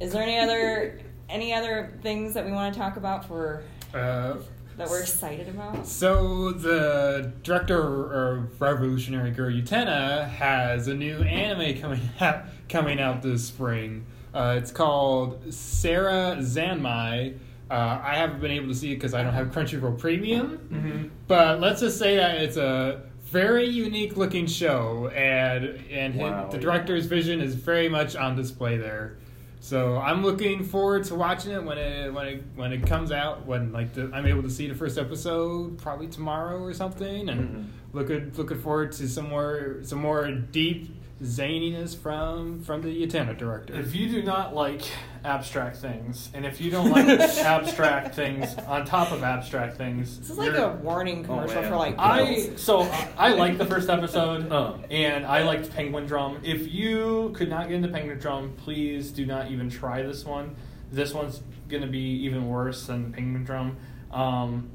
Is there any [laughs] other any other things that we want to talk about for Uh, that we're excited about? so the director of Revolutionary Girl Utena has a new anime coming [laughs] out coming out this spring. Uh, it's called Sarah Zanmai. Uh, I haven't been able to see it because I don't have [laughs] Crunchyroll Premium. Mm-hmm. But let's just say that it's a very unique looking show, and and Wow, hi- the yeah. director's vision is very much on display there. So I'm looking forward to watching it when it when it when it comes out when like the, I'm able to see the first episode probably tomorrow or something, and Mhm. looking looking forward to some more some more deep zaniness from from the Yatana director. If you do not like abstract things, and if you don't [laughs] like abstract things on top of abstract things, This is like you're- a warning commercial Oh, man. for like I pills. so I liked the first episode, Oh. and I liked Penguin Drum. If you could not get into Penguin Drum, please do not even try this one. This one's gonna be even worse than Penguin Drum. Um,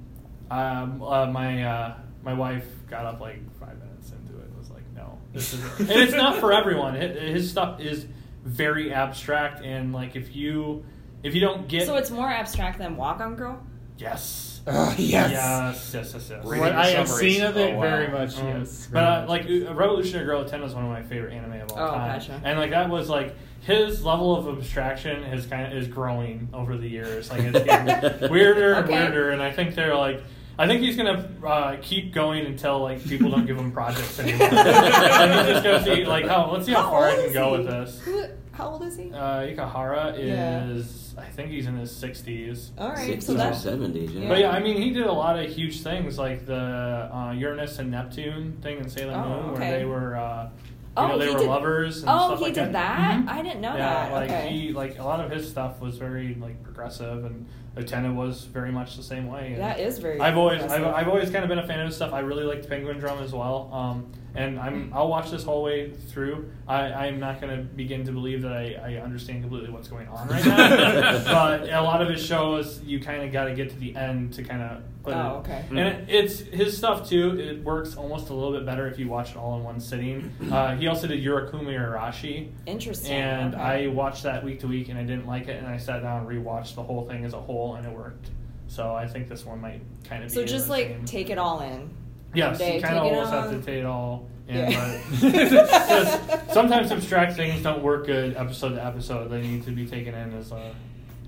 um, uh, my uh, my wife got up like five minutes into it and was like, "No, this is," and it's not for everyone. Hi- his stuff is very abstract, and like if you if you don't get so it's more abstract than Walk On Girl. yes. Ugh, Ah, yes. Yes, yes, yes, yes. Reading What the I have summaries. seen of it Oh, wow. very much, Um, yes. But very uh, much. like uh, Revolutionary Girl 10 was one of my favorite anime of all Oh, time. gotcha. And like that was like his level of abstraction is kind of is growing over the years. Like it's getting weirder and Okay. weirder, and I think they're like. I think he's gonna uh, keep going until like people don't give him projects anymore. and he's just gonna see like, oh, let's see how, far I old can is go he? with this. Who, how old is he? Uh, Ikahara Yeah. is, I think he's in his sixties. All right, so 60s or that's 70s, yeah. Yeah. But yeah, [laughs] I mean, he did a lot of huge things like the uh, Uranus and Neptune thing in Sailor Oh, Moon, okay. where they were, uh, you Oh, know, they he were did- lovers. And Oh, stuff he like did that. Mhm. I didn't know yeah, that. like okay. he, like a lot of his stuff was very like progressive, and Otena was very much the same way. And that is very. I've always, I've, impressive. I've always kind of been a fan of his stuff. I really liked Penguin Drum as well, um, and I'm, I'll watch this whole way through. I, I'm not going to begin to believe that I, I understand completely what's going on right now, but a lot of his shows, you kind of got to get to the end to kind of. put Oh, it- okay. And it, it's his stuff too. It works almost a little bit better if you watch it all in one sitting. Uh, he also did Yurikumi Arashi, Interesting. and okay. I watched that week to week, and I didn't like it, and I sat down and rewatched the whole thing as a whole, and it worked. So I think this one might kind of So be just the like same. take it all in. yes, day, you kind of take it almost have to on. take it all. in, Yeah. [laughs] but it's just- sometimes abstract things don't work good episode to episode. They need to be taken in as a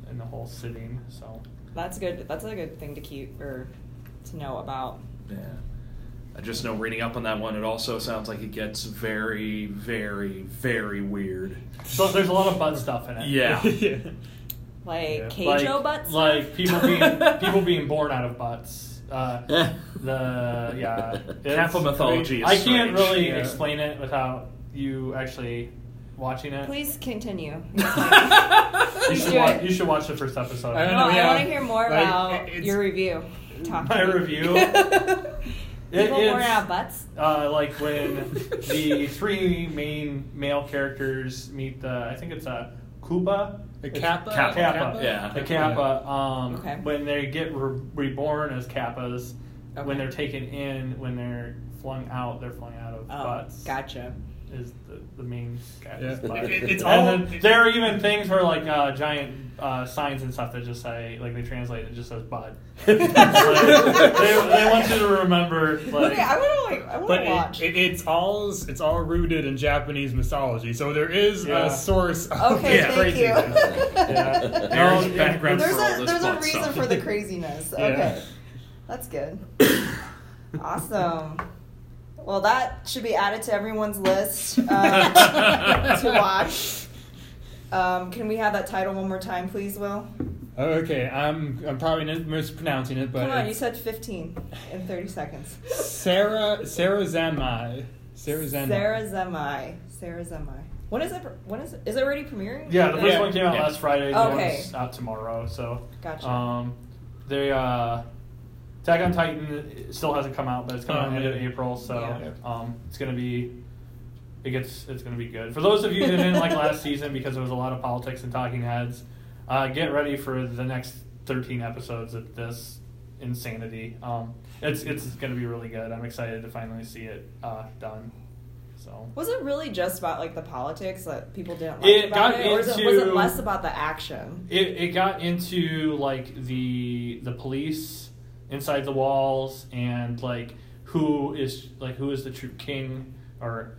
in the whole sitting. So That's good. That's a good thing to keep or to know about. Yeah. I just know reading up on that one, it also sounds like it gets very, very, very weird. so there's a lot of butt stuff in [laughs] it. Yeah. Like Yeah. Keijo like, butts. like people being [laughs] people being born out of butts. [laughs] Uh, the [laughs] yeah it's- Kappa mythology is I can't strange. really Yeah. explain it without you actually watching it. Please [laughs] continue. you Please should do watch. it. You should watch the first episode. I don't No, know, I yeah. want to hear more Like, about it's- your review. Talk to My me. [laughs] review? It- People born it's- out of butts. Uh, like when the three main male characters meet the I think it's a Kuba. The It's Kappa? Kappa. Kappa? Yeah. The Kappa. Um, Okay. When they get re- reborn as Kappas, Okay. when they're taken in, when they're flung out, they're flung out of Oh, butts. gotcha. is the, the main guy. Yeah. But- It- it's and all- then there are even things where like uh, giant uh, signs and stuff that just say like they translate it just says bud. So they, they want you to remember like okay, I want to like. I want But to watch. [laughs] it, it, it's all it's all rooted in Japanese mythology, so there is Yeah. a source. Of [laughs] okay, this thank you. craziness. Yeah. There's No, background there's for all a this there's a butt reason stuff. [laughs] for the craziness. Yeah. [laughs] Okay, that's good. Awesome. Well, that should be added to everyone's list [laughs] um, to watch. Um, can we have that title one more time, please, Will? Okay, I'm I'm probably n- mispronouncing it, but Come on, you it's said 15 in 30 seconds. Sarah Sarah Zanmai. Sarah Zanmai. Sarah Zemai. Sarah Zemai. When is it? When is it? Is it already premiering? Yeah, the first Yeah. one came out Yeah. last Friday. The Okay. one's out tomorrow. So Gotcha. Um, they uh, Tag on Titan still hasn't come out, but it's coming out Oh, end of yeah. April. So Yeah. um, it's gonna be. It gets it's gonna be good for those of you that didn't like last season because there was a lot of politics and talking heads. Uh, get ready for the next thirteen episodes of this insanity. Um, it's it's gonna be really good. I'm excited to finally see it uh, done. So Was it really just about like the politics that people didn't like It about got it, or was it, was it into- less about the action? It, it got into like the the police inside the walls and like who is like who is the true king or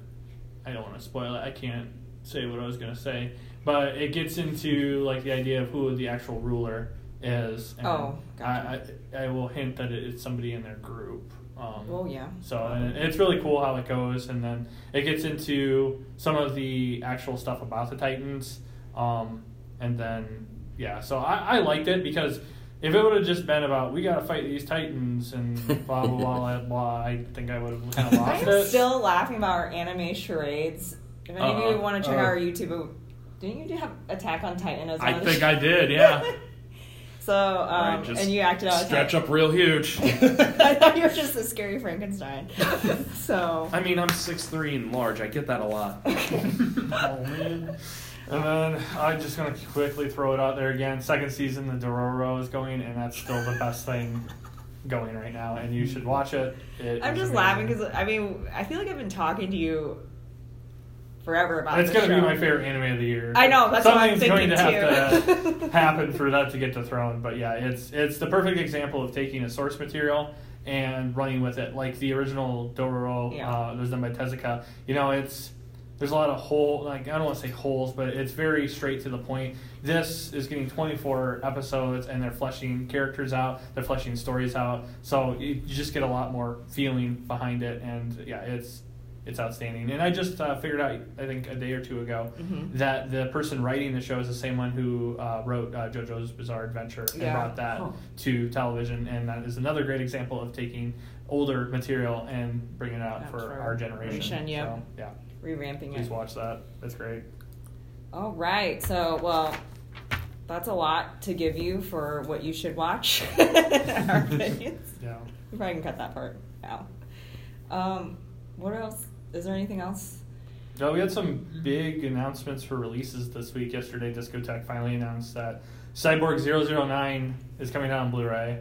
I don't want to spoil it. I can't say what I was gonna say, but it gets into like the idea of who the actual ruler is. And Oh, gotcha. I, I I will hint that it, it's somebody in their group. Um, Oh yeah. so and it- it's really cool how it goes, and then it gets into some of the actual stuff about the Titans, um, and then yeah. So I, I liked it because if it would have just been about we got to fight these Titans and blah blah blah blah, blah I think I would [laughs] have kind of I lost am it. still laughing about our anime charades. If any of you Uh-uh. want to check Uh. out our YouTube, didn't you do have Attack on Titan as I one? think I [laughs] did, yeah. so, um, Alright, just and you acted out. Stretch up real huge. [laughs] I thought you were just a scary [laughs] Frankenstein. so. [laughs] I mean, I'm 6'3 and large. I get that a lot. oh man. And then I'm just gonna quickly throw it out there again. Second season, the Dororo is going, and that's still the best thing going right now. And you should watch it. It I'm is just amazing. laughing because I mean I feel like I've been talking to you forever about. It's this gonna be show. my favorite anime of the year. I know, that's what I'm Something's thinking going to have too. [laughs] to happen for that to get dethroned. But yeah, it's it's the perfect example of taking a source material and running with it, like uh, the original Dororo Yeah. uh, that was done by Tezuka. You know, it's There's a lot of hole, like I don't want to say holes, but it's very straight to the point. This is getting 24 episodes, and they're fleshing characters out, they're fleshing stories out. So you you just get a lot more feeling behind it, and yeah, it's it's outstanding. And I just uh, figured out, I think a day or two ago, Mhm. that the person writing the show is the same one who uh, wrote uh, JoJo's Bizarre Adventure and Yeah. brought that Huh. to television. And that is another great example of taking older material and bringing it out Out for, for our generation. generation, yep. So, yeah. Revamping Please it. watch that. That's great. All right. So, well, that's a lot to give you for what you should watch. [laughs] Our opinions. Yeah. We probably can cut that part out. Um, what else? Is there anything else? No, we had some big announcements for releases this week. Yesterday, Discotech finally announced that Cyborg 009 is coming out on Blu ray.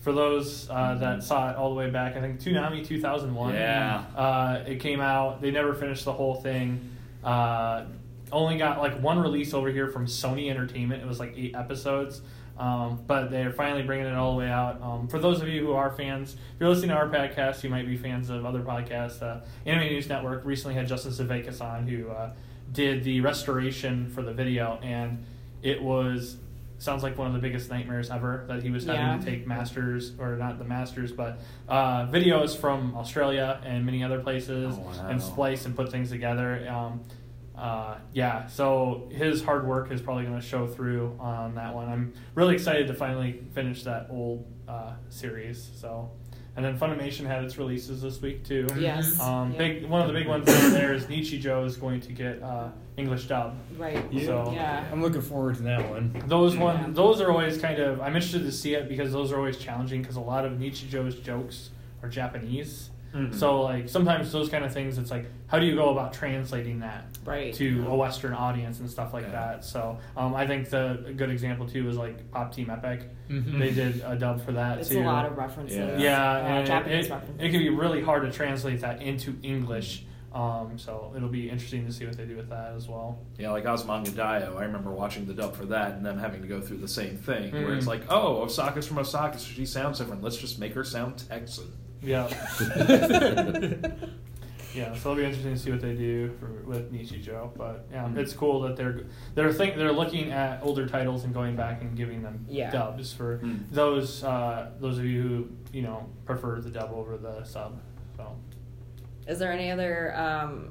For those uh, that saw it all the way back, I think Toonami 2001. Yeah. Uh, it came out. They never finished the whole thing. Uh, only got like one release over here from Sony Entertainment. It was like eight episodes. Um, but they're finally bringing it all the way out. Um, for those of you who are fans, if you're listening to our podcast, you might be fans of other podcasts. Uh, Anime News Network recently had Justin Savakis on, who uh, did the restoration for the video, and it was sounds like one of the biggest nightmares ever that he was having Yeah. to take masters or not the masters, but uh, videos from Australia and many other places, Oh, wow. and splice and put things together. Um, uh, yeah, so his hard work is probably going to show through on that one. I'm really excited to finally finish that old uh, series. So, and then Funimation had its releases this week too. Yes. Um, Yeah. Big one of the big ones over there is Nichijou is going to get uh, English dub. Right. Yeah. So- yeah. I'm looking forward to that one. Those Yeah. one, those are always kind of. I'm interested to see it because those are always challenging because a lot of Nichijou's jokes are Japanese. So like sometimes those kind of things, it's like how do you go about translating that Right. to a Western audience and stuff like Yeah. that. So um, I think the a good example too is like Pop Team Epic. Mhm. They did a dub for that It's too. a lot of references. Yeah. yeah, Uh, and it- Japanese it, references. it can be really hard to translate that into English. Um, so it'll be interesting to see what they do with that as well. Yeah, like Osmangadayo, I remember watching the dub for that and them having to go through the same thing where Mm. it's Mhm. like, oh, Osaka's from Osaka, so she sounds different. Let's just make her sound Texan. [laughs] Yeah. Yeah, so it'll be interesting to see what they do for, with Nichijou. But yeah, Mm. it's cool that they're they're think they're looking at older titles and going back and giving them Yeah. dubs for Mm. those uh, those of you who you know prefer the dub over the sub. So [laughs] Is there any other um,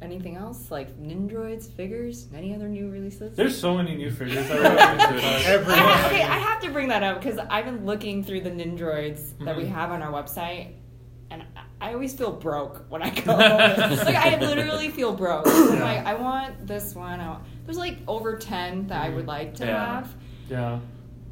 anything else like Nindroids figures? Any other new releases? there's so many new figures. I [laughs] I Everyone. have, okay, I have to bring that up because I've been looking through the Nindroids that we Mhm. have on our website, and I- I always feel broke when I [laughs] go. like I literally feel broke. I'm Yeah. like, I want this one. I want, there's like over ten that I would like to Yeah. have, Mm-hmm. yeah.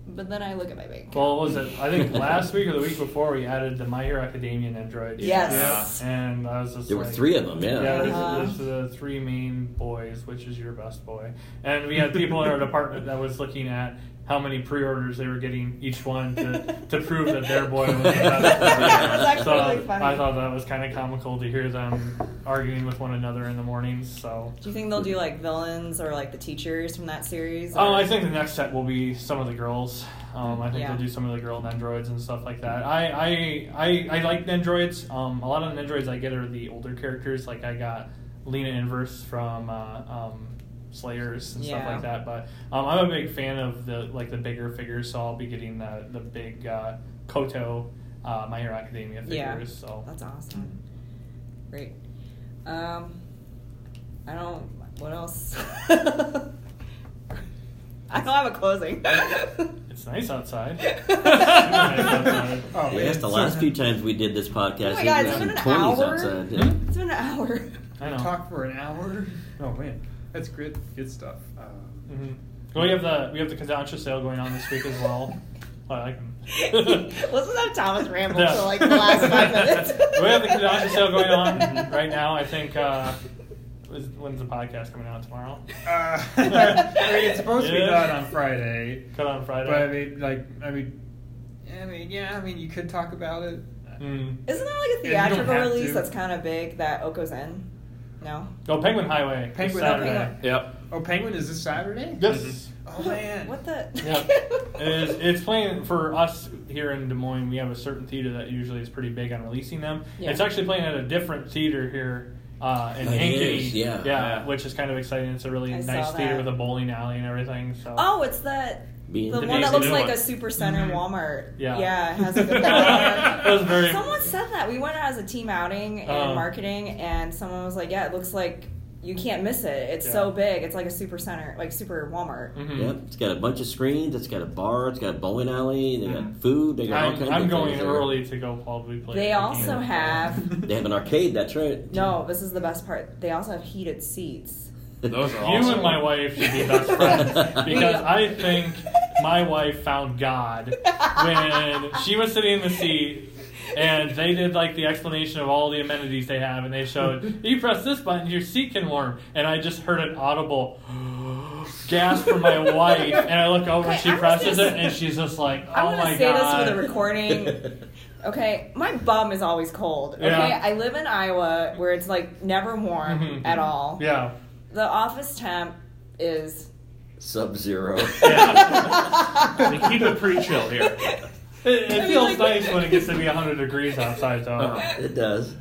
but then I look at my bank. Well, what was it? I think last week or the week before we added the My Hero Academia Android. Yes. And I was just There were like- three of them, yeah. Yeah, this, Uh-huh. this is the three main boys, which is your best boy. And we had people in our department that was looking at how many pre-orders they were getting each one to, to prove that their boy was the [laughs] That's best. boy. actually so funny. I thought that was kind of comical to hear them arguing with one another in the mornings. So. Do you think they'll do like villains or like the teachers from that series? Um, or- I think the next set will be some of the girls. Um, I think Yeah. they'll do some of the girl Nendroids and stuff like that. I I, I, I like Nendroids. Um, a lot of the Nendroids I get are the older characters. Like I got Lena Inverse from uh, um, Slayers and Yeah. stuff like that. But um, I'm a big fan of the like the bigger figures, so I'll be getting the the big uh, Koto, uh, My Hero Academia figures. Yeah. So That's awesome. Great. Um, I don't. What else? [laughs] I don't have a closing. [laughs] it's nice outside. [laughs] Oh, Yeah, that's the last few times we did this podcast. Oh my God, it was it's in been an 20s hour? outside. Yeah. it's been an hour. [laughs] I know. Talk for an hour. Oh man, that's good. Good stuff. Um, hmm Well, we have the we have the Kazansha sale going on this week as well. I [laughs] like them. [laughs] Listen to Thomas ramble Yeah. for like the last five minutes. [laughs] we have the Kazansha sale [laughs] going on right now. I think uh, is- when's the podcast coming out tomorrow? uh, [laughs] I mean, it's supposed to be Yeah. done on Friday, Cut on but uh, I Friday. mean, like, I mean, I mean, yeah, I mean, you could talk about it. Mm. Isn't there like a Yeah, you don't theatrical have release to. that's kind of big that Oko's in? No. Oh, Penguin Highway. this Penguin Saturday. Highway. Yep. Oh, Penguin is this Saturday? Yes. Oh man. What the? [laughs] Yeah. It is, it's playing for us here in Des Moines. We have a certain theater that usually is pretty big on releasing them. Yeah. It's actually playing at a different theater here uh, in It Ankeny. is, yeah. Yeah. which is kind of exciting. It's a really I nice saw theater that. with a bowling alley and everything. So Oh, it's the Being the The one that big looks new like one. a super center Mhm. Walmart. Yeah. yeah, it [laughs] has like a that was very. Someone said that we went out as a team outing in Oh. marketing, and someone was like, "Yeah, it looks like you can't miss it. It's so Yeah. big. It's like a super center, like super Walmart." Mhm. Yep, it's got a bunch of screens. It's got a bar. It's got a bowling alley. They got food. They got all Hmm. kinds I'm, of I'm things going there. early to go probably play. They the also game. have- They have an arcade. That's right. [laughs] No, this is the best part. They also have heated seats. Those are [laughs] You awesome. and my wife should be [laughs] best friends [laughs] because I think my wife found God [laughs] when she was sitting in the seat and they did like the explanation of all the amenities they have and they showed you press this button your seat can warm and I just heard an audible [gasps] gasp from my wife and I look over and Okay, she I'm gonna presses say- it and she's just like I'm oh gonna my say god this for the [laughs] [laughs] recording. Okay, my bum is always cold. Okay, Yeah. I live in Iowa where it's like never warm Mm-hmm, Mhm. at all. yeah The office temp is Sub [laughs] Zero. They keep it pretty chill here. it, it mean, feels like- nice when it [laughs] gets to be 100 degrees outside though Uh, Uh-huh. it does.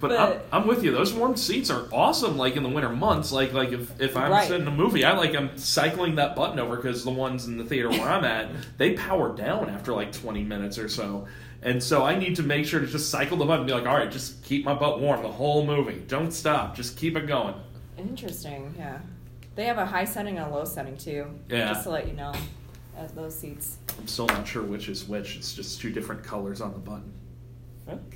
But, But- I'm, I'm with you. Those warm seats are awesome. Like in the winter months, like like if, if I'm Right. sitting in a movie, I like I'm cycling that button over because the ones in the theater where I'm at they power down after like 20 minutes or so, and so I need to make sure to just cycle them up and be like, all right, just keep my butt warm the whole movie. Don't stop. Just keep it going. interesting. Yeah, they have a high setting and a low setting too. Yeah. just to let you know, as those seats. I'm still not sure which is which. It's just two different colors on the button.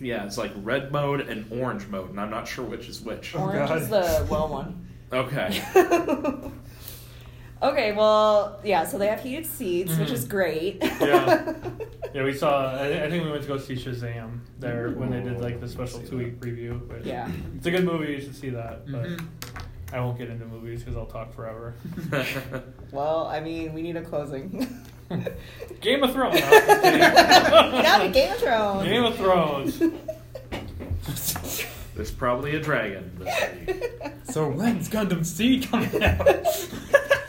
Yeah, it's like red mode and orange mode, and I'm not sure which is which. Orange God. is the well one. [laughs] Okay. okay, well, yeah, so they have heated seats, which Mm-hmm. is great. [laughs] Yeah. Yeah, we saw. I, I think we went to go see Shazam there when they did like the special see two week preview. But Yeah. Mm-hmm. it's a good movie. You should see that. But Mhm. I won't get into movies because I'll talk forever. Well, I mean, we need a closing. [laughs] Game of [laughs] Thrones. now the Game of Thrones. Game of Thrones. [laughs] There's probably a dragon [laughs] this week. So when's Gundam C coming out? [laughs]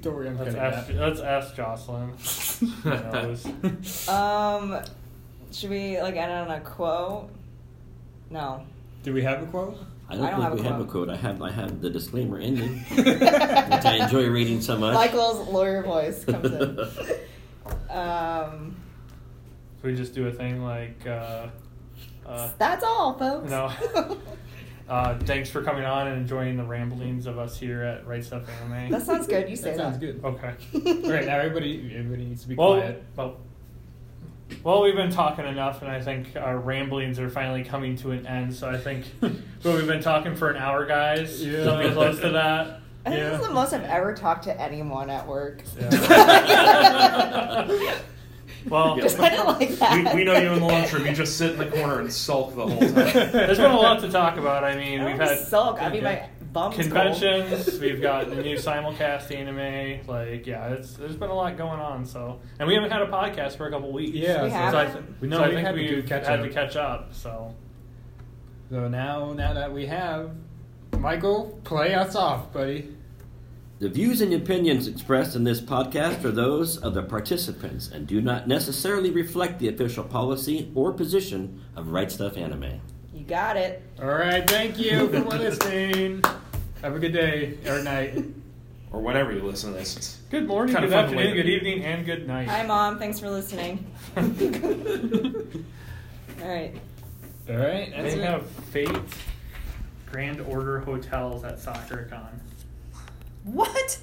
Don't worry, I'm Let's kidding. ask, Matt. let's ask Jocelyn. [laughs] Who knows? um, should we like end on a quote? No. [laughs] Do we have a quote? I don't, I don't think we have a have a quote. quote. I have I have the disclaimer ending, which I enjoy reading so much. Michael's lawyer voice comes [laughs] in. um, Should we just do a thing like, uh, uh, that's all, folks. [laughs] No. uh, thanks for coming on and enjoying the ramblings of us here at Right Stuff Anime. that sounds good. You say That that. sounds good. okay. All right, now everybody, everybody needs to be Well, quiet. well, well, we've been talking enough, and I think our ramblings are finally coming to an end. So [laughs] I think well, we've been talking for an hour, guys. Yeah. Something close to that. I think [laughs] this is Yeah. the most I've ever talked to anyone at work. [laughs] Yeah. Well, Yeah. Just kind of like that. We, we know you in the lunchroom. You just sit in the corner and sulk the whole time. [laughs] there's been a lot to talk about. I I mean, don't we've had sulk. I mean, my bum's cold. conventions. We've got [laughs] the new simulcast anime. Like, yeah, it's there's been a lot going on. So, and we haven't had a podcast for a couple weeks. Yeah, We so, haven't. I, th- We know so I we think had to we've do catch had up. to catch up. So, So now, now that we have Michael, play us off, buddy. [laughs] The views and opinions expressed in this podcast are those of the participants and do not necessarily reflect the official policy or position of Right Stuff Anime. You got it. All right, thank you for listening. Have a good day or night. Or whenever you listen to this. It's- Good morning, Kinda good fun afternoon, later. good evening, and good night. Hi, Mom. Thanks for [laughs] listening. [laughs] All right. All right, that's they it. have Fate Grand Order Hotels at SoccerCon. What?